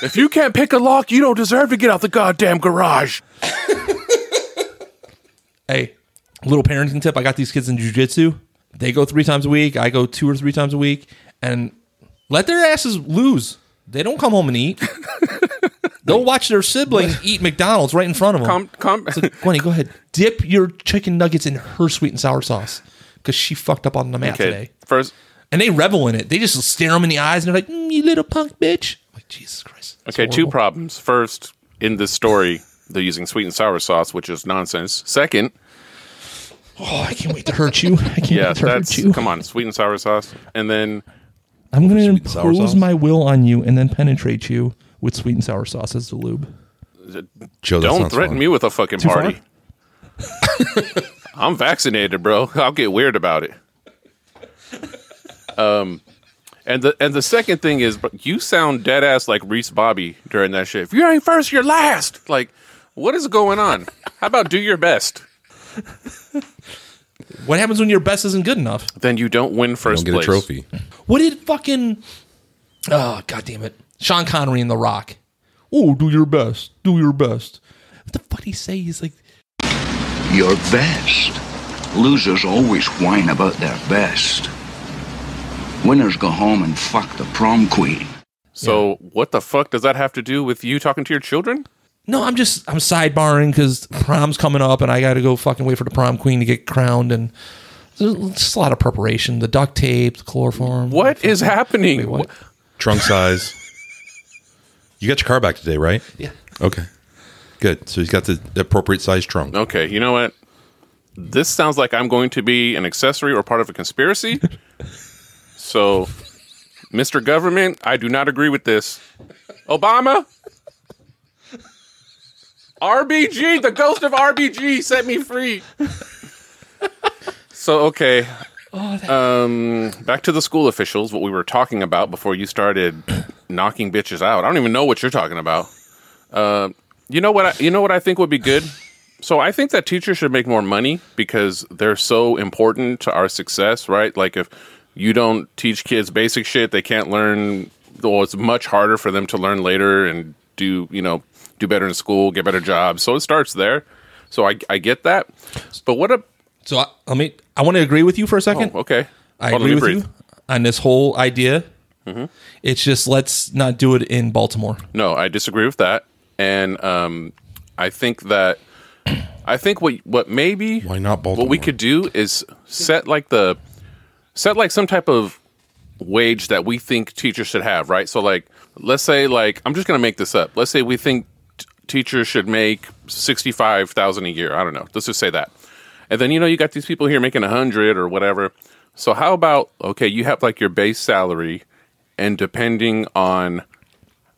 Speaker 2: if you can't pick a lock, you don't deserve to get out the goddamn garage.
Speaker 1: Hey, little parenting tip: I got these kids in jujitsu. They go three times a week. I go two or three times a week, and let their asses lose. They don't come home and eat. They'll watch their sibling eat McDonald's right in front of them.
Speaker 2: Com- com-
Speaker 1: Gwenny, go ahead. Dip your chicken nuggets in her sweet and sour sauce because she fucked up on the math today.
Speaker 2: First,
Speaker 1: and they revel in it. They just stare them in the eyes and they're like, mm, "You little punk bitch!" I'm like Jesus Christ. That's
Speaker 2: okay, two
Speaker 1: horrible.
Speaker 2: problems. First, in this story, they're using sweet and sour sauce, which is nonsense. Second,
Speaker 1: Oh, I can't wait to hurt you. I can't
Speaker 2: yeah,
Speaker 1: wait to hurt
Speaker 2: that's
Speaker 1: you.
Speaker 2: come on, sweet and sour sauce. And then,
Speaker 1: I'm going to
Speaker 3: Sweet and sour
Speaker 1: impose
Speaker 3: sauce?
Speaker 1: my will on you and then penetrate you with sweet and sour sauce as the lube.
Speaker 3: Joe, that
Speaker 2: don't
Speaker 3: sounds
Speaker 2: threaten
Speaker 3: fun.
Speaker 2: me with a fucking
Speaker 1: far?
Speaker 2: party. I'm vaccinated, bro. I'll get weird about it. Um, and the and the second thing is, but you sound dead ass like Reese Bobby during that shit. If you ain't first, you're last. Like, what is going on? How about do your best?
Speaker 1: What happens when your best isn't good enough?
Speaker 2: Then you don't win
Speaker 3: Don't
Speaker 2: first
Speaker 3: get a
Speaker 2: place.
Speaker 3: trophy.
Speaker 1: What did fucking oh god damn it, Sean Connery in The Rock? Oh, do your best, do your best. What the fuck did he say? He's like,
Speaker 4: your best. Losers always whine about their best. Winners go home and fuck the prom queen.
Speaker 2: So what the fuck does that have to do with you talking to your children?
Speaker 1: No, I'm just I'm sidebarring because prom's coming up, and I got to go fucking wait for the prom queen to get crowned, and there's just a lot of preparation, the duct tape, the chloroform.
Speaker 2: What is happening?
Speaker 1: Wait, what?
Speaker 3: Trunk size. you got your car back today, right?
Speaker 1: Yeah.
Speaker 3: Okay. Good. So he's got the appropriate size trunk.
Speaker 2: Okay, you know what? This sounds like I'm going to be an accessory or part of a conspiracy. so, Mr. Government, I do not agree with this. Obama, RBG, the ghost of RBG, set me free. so, okay. um, back to the school officials, what we were talking about before you started knocking bitches out. I don't even know what you're talking about. Uh, you know what? I, you know what I think would be good So I think that teachers should make more money because they're so important to our success, right? Like if you don't teach kids basic shit, they can't learn. Well, it's much harder for them to learn later and do you know do better in school, get better jobs. So it starts there. So I, I get that, but what a
Speaker 1: So I, let me. I want to agree with you for a second.
Speaker 2: oh, okay.
Speaker 1: I
Speaker 2: Hold on,
Speaker 1: agree
Speaker 2: let
Speaker 1: with
Speaker 2: me
Speaker 1: you on this whole idea. It's just let's not do it in Baltimore.
Speaker 2: No, I disagree with that, and um, I think that I think what what maybe
Speaker 3: Why not
Speaker 2: What we
Speaker 3: Baltimore?
Speaker 2: could do is set like the set like some type of wage that we think teachers should have, right? So like, let's say like I'm just gonna make this up. Let's say we think t- teachers should make sixty five thousand a year. I don't know. Let's just say that, and then you know you got these people here making a hundred or whatever. So how about okay, you have like your base salary, and depending on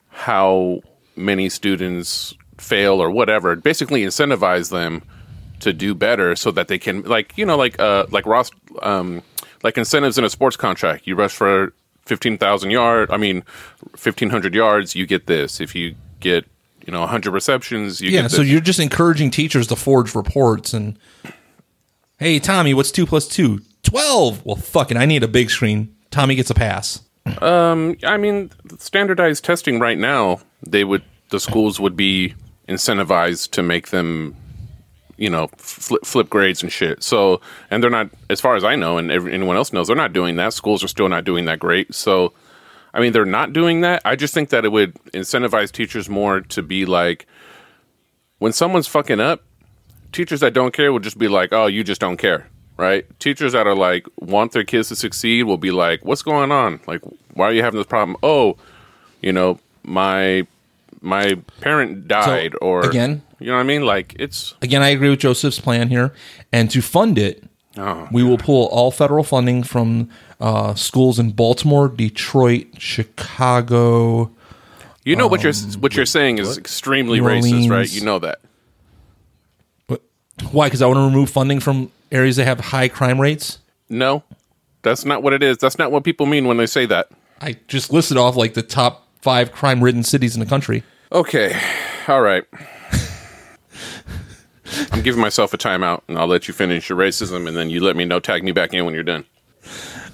Speaker 2: how many students fail or whatever basically incentivize them to do better so that they can like you know like uh like Ross um like incentives in a sports contract you rush for 15,000 yard I mean 1500 yards you get this if you get you know 100 receptions you
Speaker 1: Yeah.
Speaker 2: get
Speaker 1: So
Speaker 2: this.
Speaker 1: you're just encouraging teachers to forge reports and, hey, Tommy, what's two plus two? Twelve. Well, fucking, I need a big screen. Tommy gets a pass.
Speaker 2: I mean, standardized testing right now, they would the schools would be incentivized to make them, you know, flip, flip grades and shit. So, and they're not, as far as I know, and every, anyone else knows, they're not doing that. Schools are still not doing that great. So, I mean, they're not doing that. I just think that it would incentivize teachers more to be like, when someone's fucking up, teachers that don't care will just be like, "Oh, you just don't care." Right? Teachers that are like want their kids to succeed will be like, "What's going on? Like, why are you having this problem?" Oh, you know, my my parent died, or
Speaker 1: again-
Speaker 2: you know what I mean? Like, it's
Speaker 1: Again, I agree with Joseph's plan here, and to fund it,
Speaker 2: oh,
Speaker 1: we will pull all federal funding from uh, schools in Baltimore, Detroit, Chicago.
Speaker 2: you know what you're what you're saying is extremely
Speaker 1: Um, New
Speaker 2: racist, right?
Speaker 1: Orleans.
Speaker 2: You know that.
Speaker 1: Why? Because I want to remove funding from areas that have high crime rates.
Speaker 2: No, that's not what it is. That's not what people mean when they say that.
Speaker 1: I just listed off like the top five crime-ridden cities in the country.
Speaker 2: Okay. All right. I'm giving myself a timeout and I'll let you finish your racism and then you let me know, tag me back in when you're done.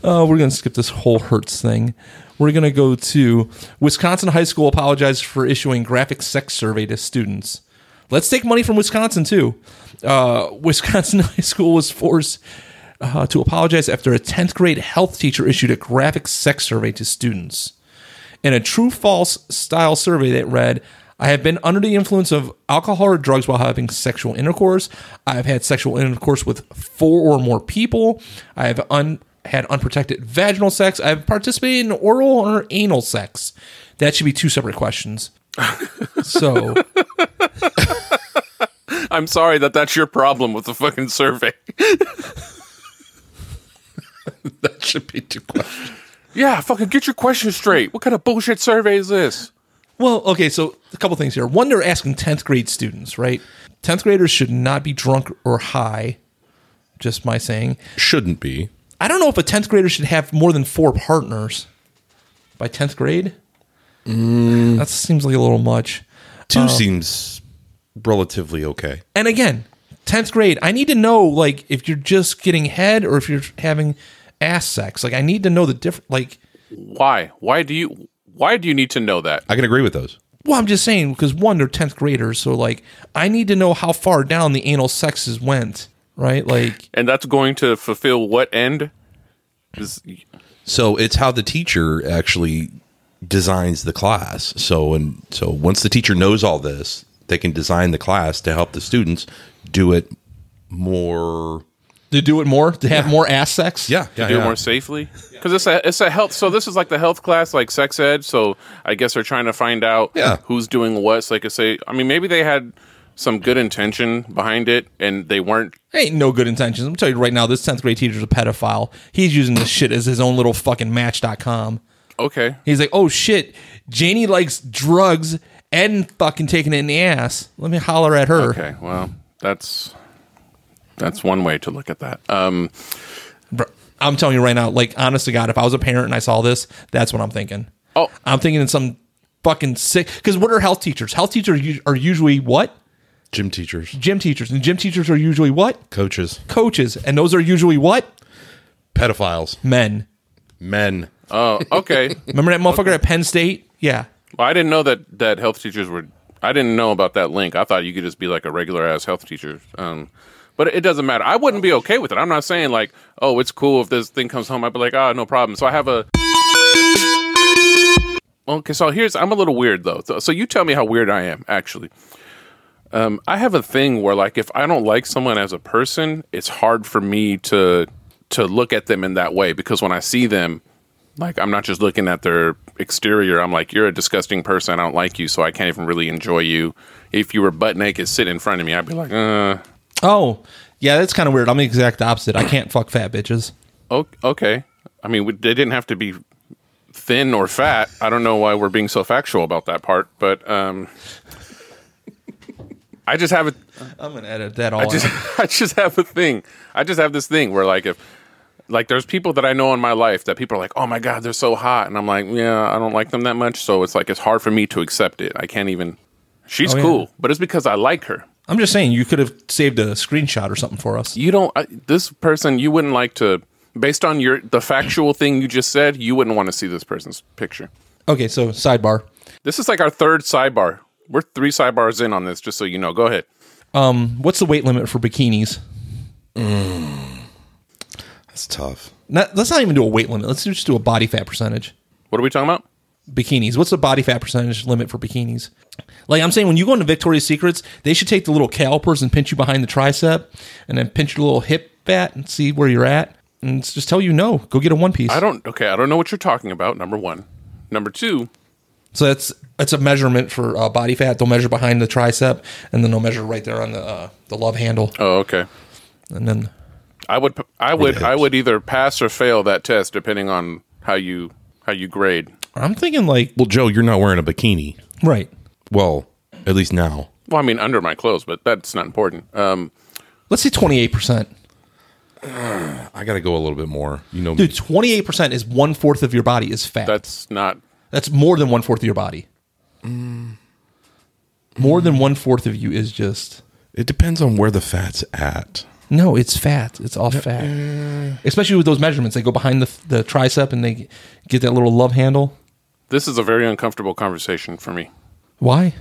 Speaker 1: Oh, we're gonna skip this whole Hertz thing. We're gonna go to Wisconsin high school apologized for issuing graphic sex survey to students. Let's take money from Wisconsin too. Uh, Wisconsin high school was forced uh, to apologize after a 10th grade health teacher issued a graphic sex survey to students. In a true false style survey that read, I have been under the influence of alcohol or drugs while having sexual intercourse. I have had sexual intercourse with four or more people. I have un- had unprotected vaginal sex. I have participated in oral or anal sex. That should be two separate questions. so,
Speaker 2: I'm sorry that that's your problem with the fucking survey.
Speaker 3: That should be too question.
Speaker 2: yeah, fucking get your questions straight. What kind of bullshit survey is this?
Speaker 1: well, okay, so a couple things here. One, they're asking 10th grade students, right? 10th graders should not be drunk or high. Just my saying.
Speaker 3: Shouldn't be.
Speaker 1: I don't know if a 10th grader should have more than four partners by 10th grade. That seems like a little much.
Speaker 3: Two seems relatively okay.
Speaker 1: And again, 10th grade, I need to know like if you're just getting head or if you're having ass sex. Like I need to know the different like
Speaker 2: Why? Why do you why do you need to know that?
Speaker 3: I can agree with those.
Speaker 1: well, I'm just saying because one they're 10th graders, so like I need to know how far down the anal sexes went, right? Like
Speaker 2: And that's going to fulfill what end? Is-
Speaker 3: So it's how the teacher actually designs the class. So and so once the teacher knows all this, they can design the class to help the students do it more.
Speaker 1: to do it more, to have more ass sex.
Speaker 3: Yeah, yeah,
Speaker 2: do it
Speaker 3: yeah.
Speaker 2: more safely because it's a it's a health. So this is like the health class, like sex ed. So I guess they're trying to find out
Speaker 3: Yeah.
Speaker 2: who's doing what. So they could say, I mean, maybe they had some good intention behind it, and they weren't.
Speaker 1: Ain't no good intentions. I'm telling you right now, this 10th grade teacher's a pedophile. He's using this shit as his own little fucking match.com.
Speaker 2: Okay,
Speaker 1: He's like, oh shit, Janie likes drugs and fucking taking it in the ass. Let me holler at her.
Speaker 2: okay. Well, that's that's one way to look at that. Um,
Speaker 1: Bro, I'm telling you right now, like, honest to God, if I was a parent and I saw this, that's what I'm thinking.
Speaker 2: Oh.
Speaker 1: I'm thinking it's some fucking sick. Because what are health teachers? Health teachers u- are usually what?
Speaker 3: Gym teachers,
Speaker 1: Gym teachers. And gym teachers are usually what?
Speaker 3: coaches,
Speaker 1: Coaches. And those are usually what?
Speaker 3: pedophiles,
Speaker 1: Men.
Speaker 3: men.
Speaker 2: Oh, okay.
Speaker 1: Remember that motherfucker at Penn State? Yeah.
Speaker 2: Well, I didn't know that that health teachers were. I didn't know about that link. I thought you could just be like a regular ass health teacher. Um, but it doesn't matter. I wouldn't be okay with it. I'm not saying like, oh, it's cool if this thing comes home. I'd be like, oh, no problem. So I have a. Okay, so here's I'm a little weird though. So, so you tell me how weird I am actually. Um, I have a thing where like if I don't like someone as a person, it's hard for me to to look at them in that way because when I see them, like I'm not just looking at their exterior. I'm like, you're a disgusting person. I don't like you, so I can't even really enjoy you. If you were butt naked sitting in front of me, I'd be like, uh,
Speaker 1: Oh, yeah, that's kind of weird. I'm the exact opposite. I can't fuck fat bitches.
Speaker 2: o- okay. I mean, we, they didn't have to be thin or fat. I don't know why we're being so factual about that part, but um, I just have a
Speaker 1: I'm going to edit that all
Speaker 2: I just I just have a thing. I just have this thing where like if like there's people that I know in my life that people are like, "Oh my god, they're so hot." And I'm like, "Yeah, I don't like them that much." So it's like it's hard for me to accept it. I can't even She's
Speaker 1: Oh, yeah.
Speaker 2: cool, but it's because I like her.
Speaker 1: I'm just saying, you could have saved a screenshot or something for us.
Speaker 2: You don't I, this person you wouldn't like to based on your the factual thing you just said, you wouldn't want to see this person's picture.
Speaker 1: Okay, so sidebar.
Speaker 2: This is like our third sidebar. We're three sidebars in on this just so you know. Go ahead.
Speaker 1: What's the weight limit for bikinis?
Speaker 3: That's tough.
Speaker 1: Not, let's not even do a weight limit. Let's just do a body fat percentage.
Speaker 2: What are we talking about?
Speaker 1: bikinis. What's the body fat percentage limit for bikinis? Like I'm saying, when you go into Victoria's Secrets, they should take the little calipers and pinch you behind the tricep, and then pinch your little hip fat and see where you're at, and it's just tell you no, go get a one piece.
Speaker 2: I don't okay, I don't know what you're talking about. Number 1. Number 2,
Speaker 1: So that's that's a measurement for uh, body fat. They'll measure behind the tricep, and then they'll measure right there on the uh, the love handle,
Speaker 2: Oh, okay.
Speaker 1: and then
Speaker 2: I would, I would, I would either pass or fail that test depending on how you how you grade.
Speaker 1: I'm thinking like
Speaker 3: Well, Joe, you're not wearing a bikini.
Speaker 1: right,
Speaker 3: Well, at least now.
Speaker 2: Well, I mean, under my clothes, but that's not important. Um,
Speaker 1: let's say 28 percent.
Speaker 3: I got to go a little bit more. You know, me.
Speaker 1: Dude, 28 percent is one fourth of your body is fat.
Speaker 2: that's not.
Speaker 1: That's more than one fourth of your body. Mm. More than one fourth of you is just
Speaker 3: it depends on where the fat's at.
Speaker 1: no. It's fat. It's all fat. Especially with those measurements, they go behind the the tricep and they get that little love handle.
Speaker 2: This is a very uncomfortable conversation for me.
Speaker 1: Why?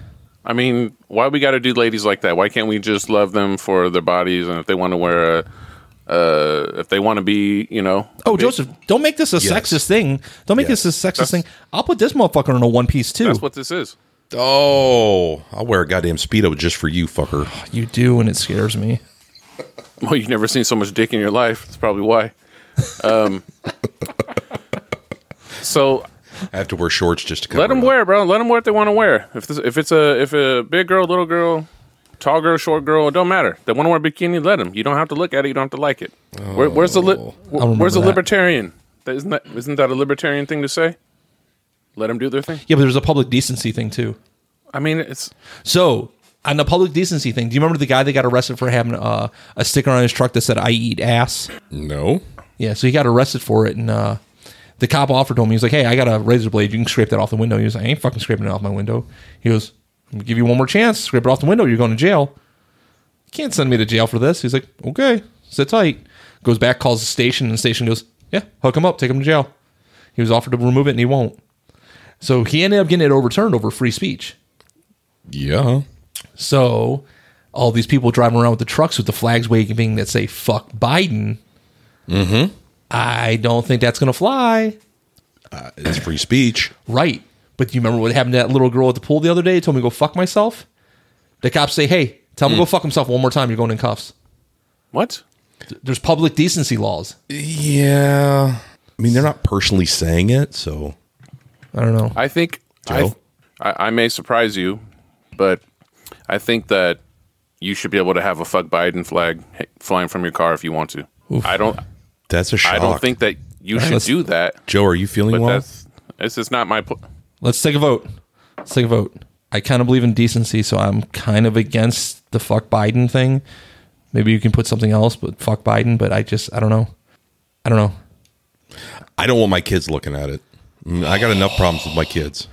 Speaker 2: I mean, why we got to do ladies like that? Why can't we just love them for their bodies and if they want to wear a, uh, if they want to be, you know,
Speaker 1: Oh, Joseph, don't make this a sexist thing. Don't make this a sexist thing. I'll put this motherfucker in a one piece too.
Speaker 2: that's what this is.
Speaker 3: Oh, I'll wear a goddamn speedo just for you, fucker.
Speaker 1: you do, and it scares me.
Speaker 2: Well, you've never seen so much dick in your life. That's probably why. Um, so
Speaker 3: I have to wear shorts just to cover
Speaker 2: Let them
Speaker 3: it up.
Speaker 2: wear, bro. Let them wear what they want to wear. If this, if it's a if a big girl, little girl, tall girl, short girl, it don't matter. They want to wear a bikini, let them. You don't have to look at it. You don't have to like it. Where, where's the li-
Speaker 1: remember
Speaker 2: wh- where's the
Speaker 1: that.
Speaker 2: libertarian? That isn't that isn't that a libertarian thing to say? Let them do their thing.
Speaker 1: Yeah, but there's a public decency thing too.
Speaker 2: I mean, it's
Speaker 1: So on the public decency thing, do you remember the guy that got arrested for having uh, a sticker on his truck that said "I eat ass"?
Speaker 3: No.
Speaker 1: Yeah, so he got arrested for it, and uh, the cop offered him. He was like, "Hey, I got a razor blade. You can scrape that off the window." He was like, "I ain't fucking scraping it off my window." He goes, "I'm gonna give you one more chance. Scrape it off the window. You're going to jail. You can't send me to jail for this." He's like, "Okay, sit tight." Goes back, calls the station, and the station goes, "Yeah, hook him up. Take him to jail." He was offered to remove it, and he won't. So he ended up getting it overturned over free speech.
Speaker 3: Yeah.
Speaker 1: So all these people driving around with the trucks with the flags waving that say "fuck Biden." Mm-hmm. I don't think that's gonna fly,
Speaker 3: It's free speech.
Speaker 1: right? But do you remember what happened to that little girl at the pool the other day? Told me to go fuck myself. The cops say, "Hey, tell him to go fuck himself one more time. You're going in cuffs."
Speaker 2: what?
Speaker 1: Th- There's public decency laws.
Speaker 3: Yeah. I mean, they're not personally saying it, so
Speaker 1: I don't know.
Speaker 2: I think I,
Speaker 3: Joe?
Speaker 2: I I may surprise you, but I think that you should be able to have a fuck Biden flag h- flying from your car if you want to. I don't.
Speaker 3: that's a shock.
Speaker 2: I don't think that you should
Speaker 1: let's-
Speaker 2: do that.
Speaker 3: Joe, are you feeling
Speaker 2: But
Speaker 3: well?
Speaker 2: that's this is not my. Pl-
Speaker 1: Let's take a vote. Let's take a vote. I kind of believe in decency, so I'm kind of against the fuck Biden thing. Maybe you can put something else, but fuck Biden. But I just, I don't know. I don't know.
Speaker 3: I don't want my kids looking at it. I mean, I got enough problems with my kids.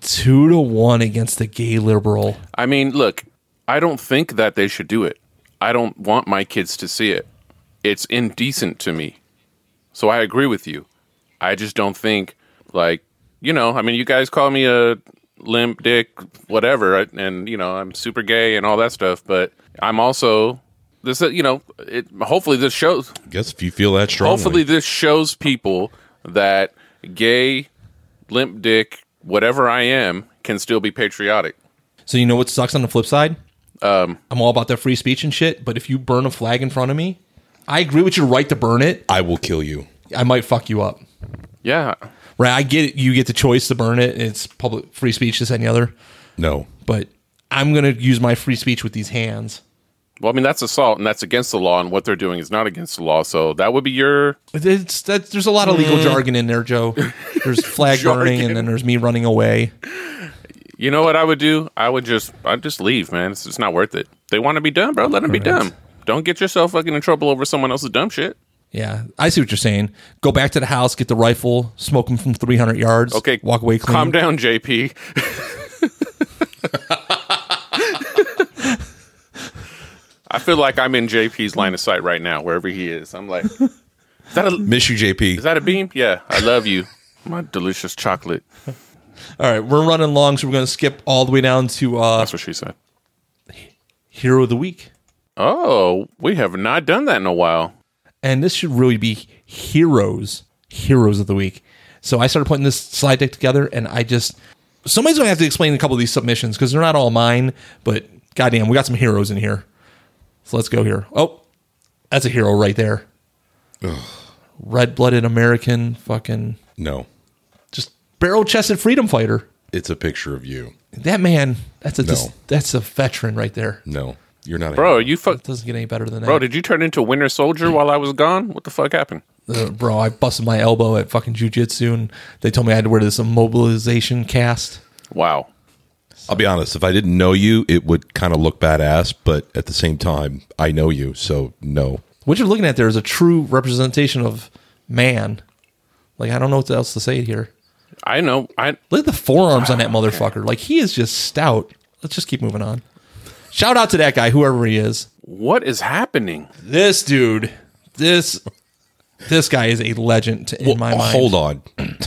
Speaker 1: two to one against the gay liberal.
Speaker 2: I mean, look, I don't think that they should do it. I don't want my kids to see it. It's indecent to me. So I agree with you. I just don't think like, you know, I mean you guys call me a limp dick whatever and you know, I'm super gay and all that stuff, but I'm also this you know, it hopefully this shows
Speaker 3: Guess if you feel that strongly.
Speaker 2: Hopefully, this shows people that gay, limp dick, whatever I am, can still be patriotic.
Speaker 1: So you know what sucks on the flip side? Um, I'm all about that free speech and shit, but if you burn a flag in front of me, I agree with your right to burn it.
Speaker 3: I will kill you.
Speaker 1: I might fuck you up.
Speaker 2: Yeah.
Speaker 1: Right? I get it. You get the choice to burn it. It's public free speech, this any other.
Speaker 3: No.
Speaker 1: But I'm gonna use my free speech with these hands.
Speaker 2: Well, I mean, that's assault and that's against the law, and what they're doing is not against the law. So that would be your.
Speaker 1: It's that's, there's a lot of
Speaker 2: Mm.
Speaker 1: legal jargon in there, Joe. There's flag burning, and then there's me running away.
Speaker 2: You know what I would do? I would just, I'd just leave, man. It's just not worth it. They want to be dumb, bro. Let them be dumb. Don't get yourself fucking in trouble over someone else's dumb shit.
Speaker 1: Yeah, I see what you're saying. Go back to the house, get the rifle, smoke them from 300 yards.
Speaker 2: Okay,
Speaker 1: walk away clean.
Speaker 2: Calm down, JP. I feel like I'm in JP's line of sight right now, wherever he is. I'm like, is that a,
Speaker 3: Miss you, JP.
Speaker 2: is that a beam? Yeah, I love you, my delicious chocolate.
Speaker 1: All right, we're running long, so we're going to skip all the way down to uh,
Speaker 2: That's what she said.
Speaker 1: hero of the week,
Speaker 2: Oh, we have not done that in a while.
Speaker 1: and this should really be heroes, heroes of the week. So I started putting this slide deck together, and I just somebody's going to have to explain a couple of these submissions because they're not all mine. But goddamn, we got some heroes in here. So let's go here. Oh, that's a hero right there. Red blooded American, fucking
Speaker 3: No.
Speaker 1: just barrel chested freedom fighter.
Speaker 3: It's a picture of you.
Speaker 1: That man, that's a dis-
Speaker 3: No.
Speaker 1: that's a veteran right there.
Speaker 3: No. You're not a
Speaker 2: Bro, you fuck.
Speaker 1: Doesn't get any better than that.
Speaker 2: Bro, did you turn into Winter Soldier while I was gone? What the fuck happened?
Speaker 1: Uh, bro, I busted my elbow at fucking jujitsu, and they told me I had to wear this immobilization cast.
Speaker 2: Wow.
Speaker 3: I'll be honest. If I didn't know you, it would kind of look badass. But at the same time, I know you, so no.
Speaker 1: What you're looking at there is a true representation of man. Like I don't know what else to say here.
Speaker 2: I know. I
Speaker 1: Look at the forearms on that motherfucker. Like he is just stout. Let's just keep moving on. Shout out to that guy, whoever he is.
Speaker 2: what is happening?
Speaker 1: This dude, this this guy is a legend in my mind.
Speaker 3: oh, Hold on.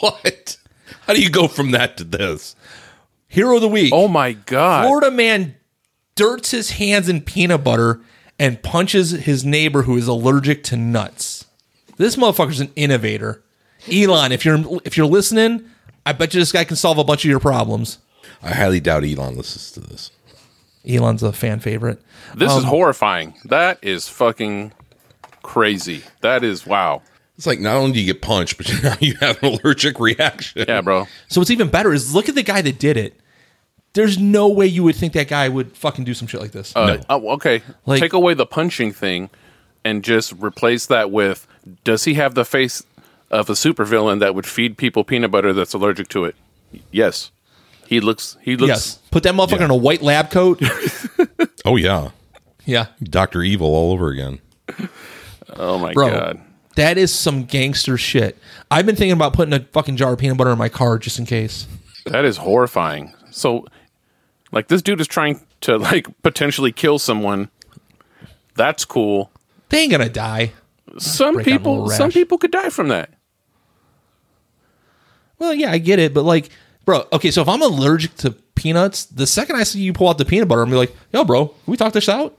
Speaker 3: what? How do you go from that to this?
Speaker 1: Hero of the week.
Speaker 2: Oh my god.
Speaker 1: Florida man dirts his hands in peanut butter and punches his neighbor who is allergic to nuts. This motherfucker's an innovator. Elon, if you're if you're listening, I bet you this guy can solve a bunch of your problems.
Speaker 3: I highly doubt Elon listens to this.
Speaker 1: Elon's a fan favorite.
Speaker 2: This
Speaker 1: Um,
Speaker 2: is horrifying. That is fucking crazy. That is wow.
Speaker 3: It's like not only do you get punched, but now you have an allergic reaction.
Speaker 2: Yeah, bro.
Speaker 1: So what's even better is look at the guy that did it. There's no way you would think that guy would fucking do some shit like this.
Speaker 2: Uh, oh, okay.
Speaker 1: Like-
Speaker 2: Take away the punching thing and just replace that with does he have the face of a supervillain that would feed people peanut butter that's allergic to it? Yes. He looks he looks
Speaker 1: yes. Put that motherfucker in a white lab coat.
Speaker 3: Oh yeah,
Speaker 1: yeah.
Speaker 3: Doctor Evil all over again.
Speaker 2: Oh my
Speaker 1: Bro,
Speaker 2: god.
Speaker 1: that is some gangster shit. I've been thinking about putting a fucking jar of peanut butter in my car just in case.
Speaker 2: That is horrifying. So like this dude is trying to like potentially kill someone. That's cool.
Speaker 1: They ain't gonna die.
Speaker 2: Some
Speaker 1: Break out in a
Speaker 2: people
Speaker 1: little
Speaker 2: some
Speaker 1: rash.
Speaker 2: people could die from that.
Speaker 1: Well, yeah, I get it, but like, bro, okay, so if I'm allergic to peanuts, the second I see you pull out the peanut butter, I'm gonna be like, yo, bro, can we talk this out?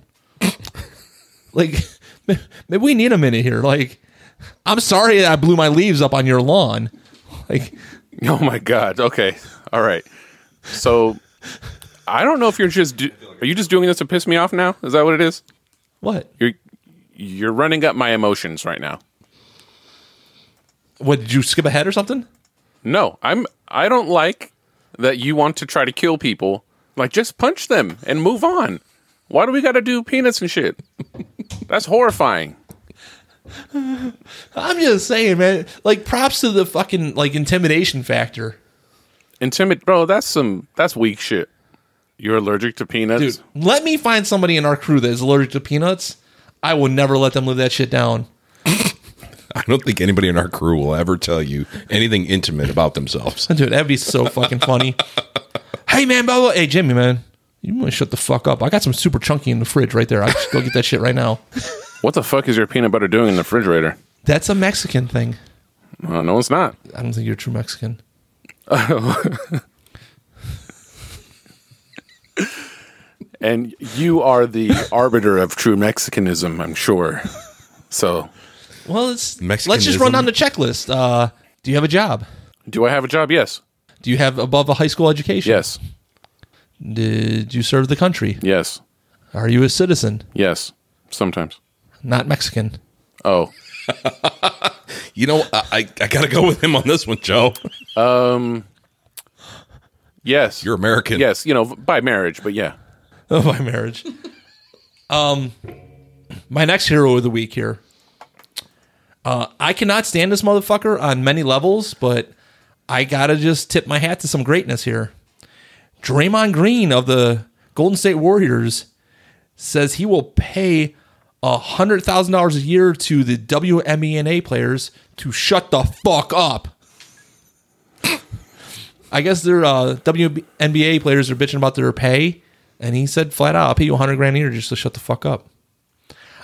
Speaker 1: like, may- maybe we need a minute here. Like, I'm sorry that I blew my leaves up on your lawn. Like,
Speaker 2: Oh my god. Okay. All right. So I don't know if you're just do- are you just doing this to piss me off now? Is that what it is?
Speaker 1: what?
Speaker 2: You're you're running up my emotions right now.
Speaker 1: What did you skip ahead or something?
Speaker 2: No, I'm I don't like that you want to try to kill people. Like just punch them and move on. Why do we got to do peanuts and shit? That's horrifying.
Speaker 1: I'm just saying, man. Like, props to the fucking like intimidation factor,
Speaker 2: Intimid bro, that's some that's weak shit. You're allergic to peanuts?
Speaker 1: dude. Let me find somebody in our crew that is allergic to peanuts. I will never let them live that shit down.
Speaker 3: I don't think anybody in our crew will ever tell you anything intimate about themselves.
Speaker 1: Dude, that'd be so fucking funny. hey, man, blah, blah. Hey, Jimmy, man, You want to shut the fuck up? I got some super chunky in the fridge right there. I just go get that shit right now.
Speaker 2: What the fuck is your peanut butter doing in the refrigerator?
Speaker 1: That's a Mexican thing.
Speaker 2: Uh, no, it's not.
Speaker 1: I don't think you're a true Mexican.
Speaker 2: And you are the arbiter of true Mexicanism, I'm sure. So,
Speaker 1: Well, it's let's just
Speaker 3: Mexicanism.
Speaker 1: run down the checklist. Uh, do you have a job?
Speaker 2: do I have a job? Yes.
Speaker 1: Do you have above a high school education?
Speaker 2: Yes.
Speaker 1: Did you serve the country?
Speaker 2: Yes.
Speaker 1: Are you a citizen?
Speaker 2: Yes. Sometimes.
Speaker 1: Not Mexican.
Speaker 2: Oh.
Speaker 3: You know, I, I, I got to go with him on this one, Joe.
Speaker 2: Yes.
Speaker 3: You're American.
Speaker 2: Yes, you know, by marriage, but yeah.
Speaker 1: Oh, my marriage. um, my next hero of the week here. Uh, I cannot stand this motherfucker on many levels, but I gotta just tip my hat to some greatness here. Draymond Green of the Golden State Warriors says he will pay hundred thousand dollars a year to the WMENA players to shut the fuck up. I guess their uh, WNBA players are bitching about their pay, and he said flat out, "I'll pay you 100 grand a year just to shut the fuck up."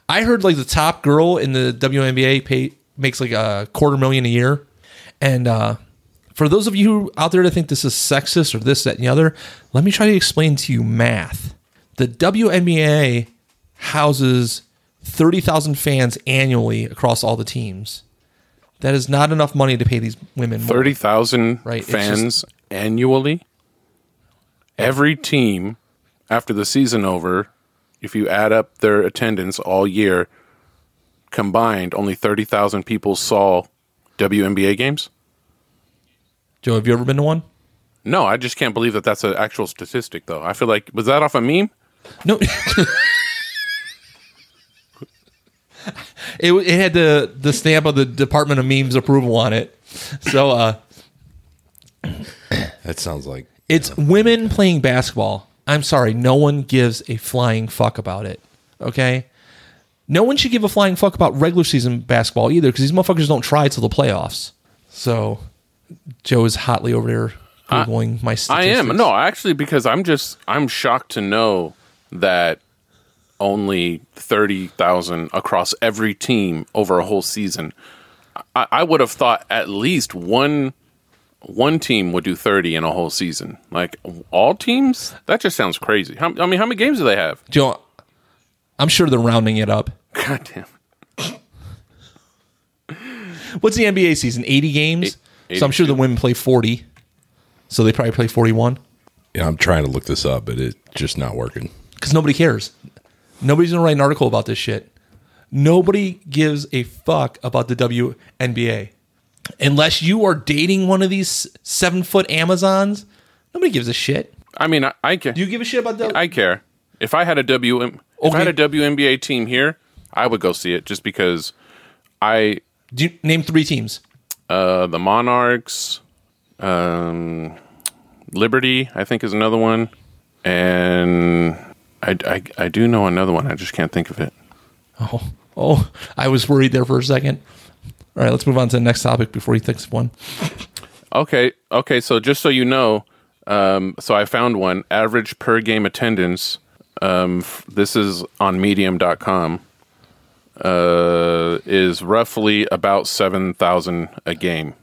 Speaker 1: I heard like the top girl in the WNBA pay makes like a quarter million a year, and uh, for those of you out there that think this is sexist or this, that, and the other, let me try to explain to you math. The WNBA houses 30,000 fans annually across all the teams. That is not enough money to pay these women. more.
Speaker 2: 30,000
Speaker 1: Right, it's
Speaker 2: fans annually. Every team, after the season over, if you add up their attendance all year combined, only 30,000 people saw WNBA games.
Speaker 1: Joe, have you ever been to one?
Speaker 2: No, I just can't believe that that's an actual statistic, though. I feel like, was that off a meme?
Speaker 1: No. it, it had the, the stamp of the Department of Memes approval on it. So uh,
Speaker 3: That sounds like
Speaker 1: it's women playing basketball. I'm sorry, no one gives a flying fuck about it. Okay? No one should give a flying fuck about regular season basketball either because these motherfuckers don't try till the playoffs. So Joe is hotly over there Googling my
Speaker 2: I
Speaker 1: statistics.
Speaker 2: am. No, actually, because I'm just, I'm shocked to know that only 30,000 across every team over a whole season. I, I would have thought at least one one team would do 30 in a whole season. Like all teams? That just sounds crazy. How, I mean, how many games do they have?
Speaker 1: Joe, I'm sure they're rounding it up.
Speaker 2: God damn.
Speaker 1: What's the NBA season? 80 games?
Speaker 2: Eight-
Speaker 1: so I'm sure the women play 40. So they probably play 41
Speaker 3: Yeah, I'm trying to look this up, but it's just not working.
Speaker 1: because nobody cares. Nobody's going to write an article about this shit. Nobody gives a fuck about the WNBA. Unless you are dating one of these seven foot Amazons, nobody gives a shit.
Speaker 2: I mean, I, I can.
Speaker 1: Do you give a shit about the.
Speaker 2: I care. If I had a WM, if I had a WNBA team here, I would go see it just because I
Speaker 1: do you, name three teams.
Speaker 2: uh, the Monarchs, um, Liberty, I think is another one, and I, I I do know another one. I just can't think of it.
Speaker 1: Oh, oh, I was worried there for a second. All right, let's move on to the next topic before he thinks of one.
Speaker 2: Okay, okay. So just so you know, um, so I found one average per game attendance. Um, f- this is on Medium.com. Uh, is roughly about seven thousand a game.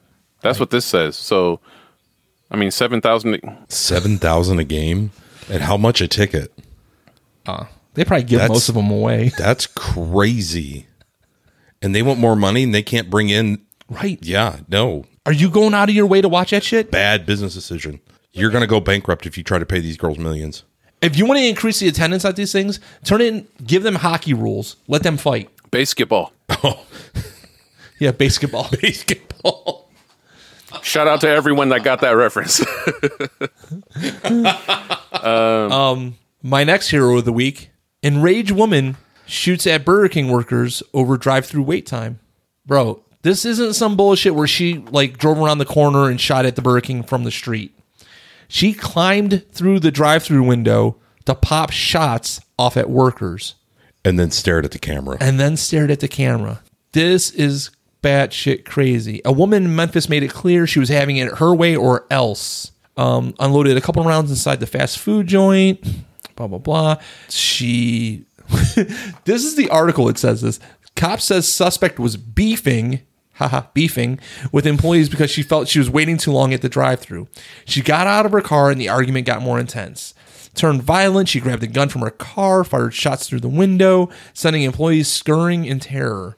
Speaker 2: That's what this says. So, I mean, seven thousand.
Speaker 3: Seven thousand a game, and how much a ticket?
Speaker 1: They probably give
Speaker 3: That's-
Speaker 1: most of them away.
Speaker 3: That's crazy. And they want more money, and they can't bring in.
Speaker 1: Right.
Speaker 3: Yeah, no,
Speaker 1: Are you going out of your way to watch that shit?
Speaker 3: bad business decision. You're gonna go bankrupt if you try to pay these girls millions.
Speaker 1: If you want to increase the attendance at these things, turn in, give them hockey rules, let them fight.
Speaker 2: Basketball.
Speaker 3: Oh,
Speaker 1: Yeah, basketball. Basketball.
Speaker 2: Shout out to everyone that got that reference.
Speaker 1: My next hero of the week: enraged woman shoots at Burger King workers over drive-through wait time. Bro, this isn't some bullshit where she like drove around the corner and shot at the Burger King from the street. She climbed through the drive-through window to pop shots off at workers.
Speaker 3: and then stared at the camera.
Speaker 1: and then stared at the camera. This is batshit crazy. A woman in Memphis made it clear she was having it her way or else. Um, unloaded a couple rounds inside the fast food joint. blah blah blah. She this is the article it says this. Cop says suspect was beefing haha beefing with employees because she felt she was waiting too long at the drive-through. She got out of her car and the argument got more intense. Turned violent, she grabbed a gun from her car, fired shots through the window, sending employees scurrying in terror.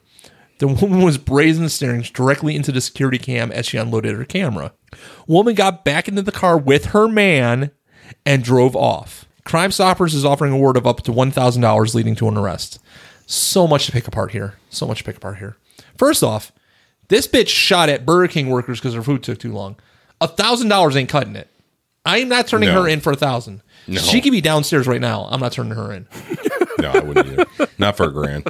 Speaker 1: The woman was brazen, staring directly into the security cam as she unloaded her camera. Woman got back into the car with her man and drove off. Crime Stoppers is offering a reward of up to $1,000 leading to an arrest. So much to pick apart here. So much to pick apart here. First off, this bitch shot at Burger King workers because their food took too long. $1,000 ain't cutting it. I am not turning
Speaker 3: No.
Speaker 1: her in for a 1000
Speaker 3: No.
Speaker 1: She could be downstairs right now. I'm not turning her in.
Speaker 3: No, I wouldn't either. Not for a grand.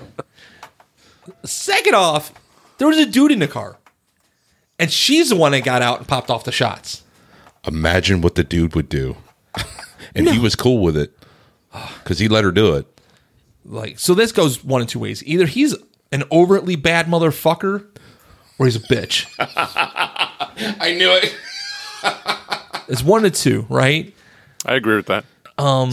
Speaker 1: Second off, there was a dude in the car. And she's the one that got out and popped off the shots.
Speaker 3: Imagine what the dude would do. and he was cool with it because he let her do it.
Speaker 1: Like, so this goes one of two ways. Either he's an overtly bad motherfucker or he's a bitch.
Speaker 3: I knew it.
Speaker 1: It's one of two, right?
Speaker 2: I agree with that.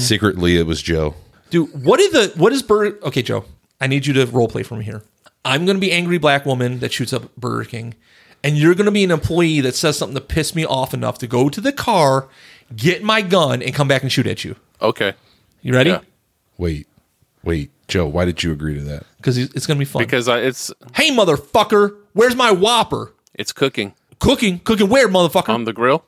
Speaker 3: Secretly, it was Joe.
Speaker 1: Dude, what did the what is Burger Okay, Joe, I need you to role play from here. I'm gonna be angry black woman that shoots up Burger King, and you're gonna be an employee that says something to piss me off enough to go to the car, get my gun, and come back and shoot at you.
Speaker 2: Okay.
Speaker 1: You ready?
Speaker 2: Yeah.
Speaker 3: Wait, wait, Joe, why did you agree to that?
Speaker 1: Because it's gonna be fun.
Speaker 2: Because I, it's
Speaker 1: hey, motherfucker, where's my Whopper?
Speaker 2: it's cooking
Speaker 1: Cooking, cooking where, motherfucker?
Speaker 2: on the grill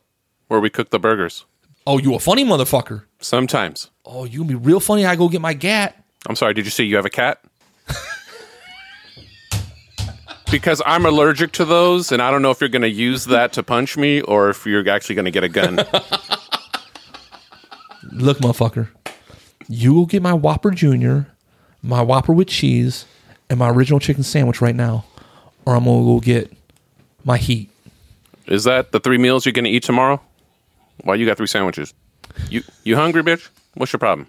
Speaker 2: where we cook the burgers.
Speaker 1: oh, you a funny motherfucker.
Speaker 2: Sometimes.
Speaker 1: Oh, you gonna be real funny. I go get my gat.
Speaker 2: I'm sorry, did you say you have a cat? because I'm allergic to those and I don't know if you're going to use that to punch me or if you're actually going to get a gun.
Speaker 1: Look, motherfucker, you will get my Whopper Junior, my Whopper with cheese, and my original chicken sandwich right now, or I'm gonna go get my heat.
Speaker 2: Is that the three meals you're going to eat tomorrow? Why you got three sandwiches? You you hungry, bitch? What's your problem?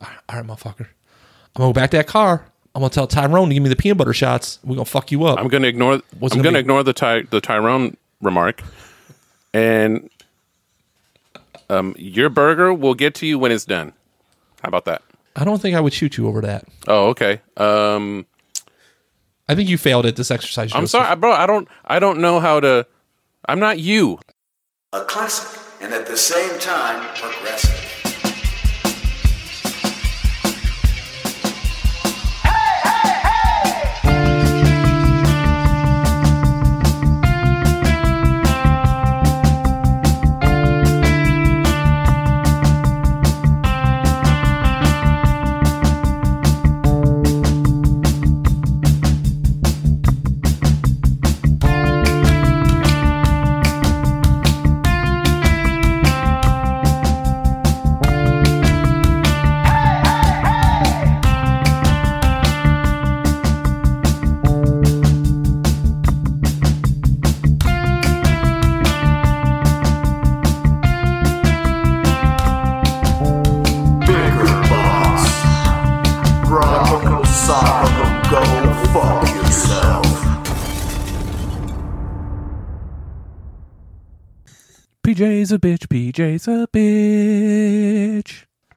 Speaker 1: All right, motherfucker, I'm gonna go back to that car. I'm gonna tell Tyrone to give me the peanut butter shots. We're gonna fuck you up.
Speaker 2: I'm going to ignore
Speaker 1: What's gonna
Speaker 2: I'm going to
Speaker 1: be-
Speaker 2: ignore the Ty, the Tyrone remark. And um, your burger will get to you when it's done. How about that?
Speaker 1: I don't think I would shoot you over that.
Speaker 2: Oh, okay. Um,
Speaker 1: I think you failed at this exercise.
Speaker 2: I'm
Speaker 1: Joseph.
Speaker 2: sorry, bro. I don't I don't know how to I'm not you.
Speaker 5: a classic, and at the same time, progressive.
Speaker 6: bigger boss. Rocko Socko, go fuck yourself.
Speaker 2: PJ's a bitch, PJ's a bitch.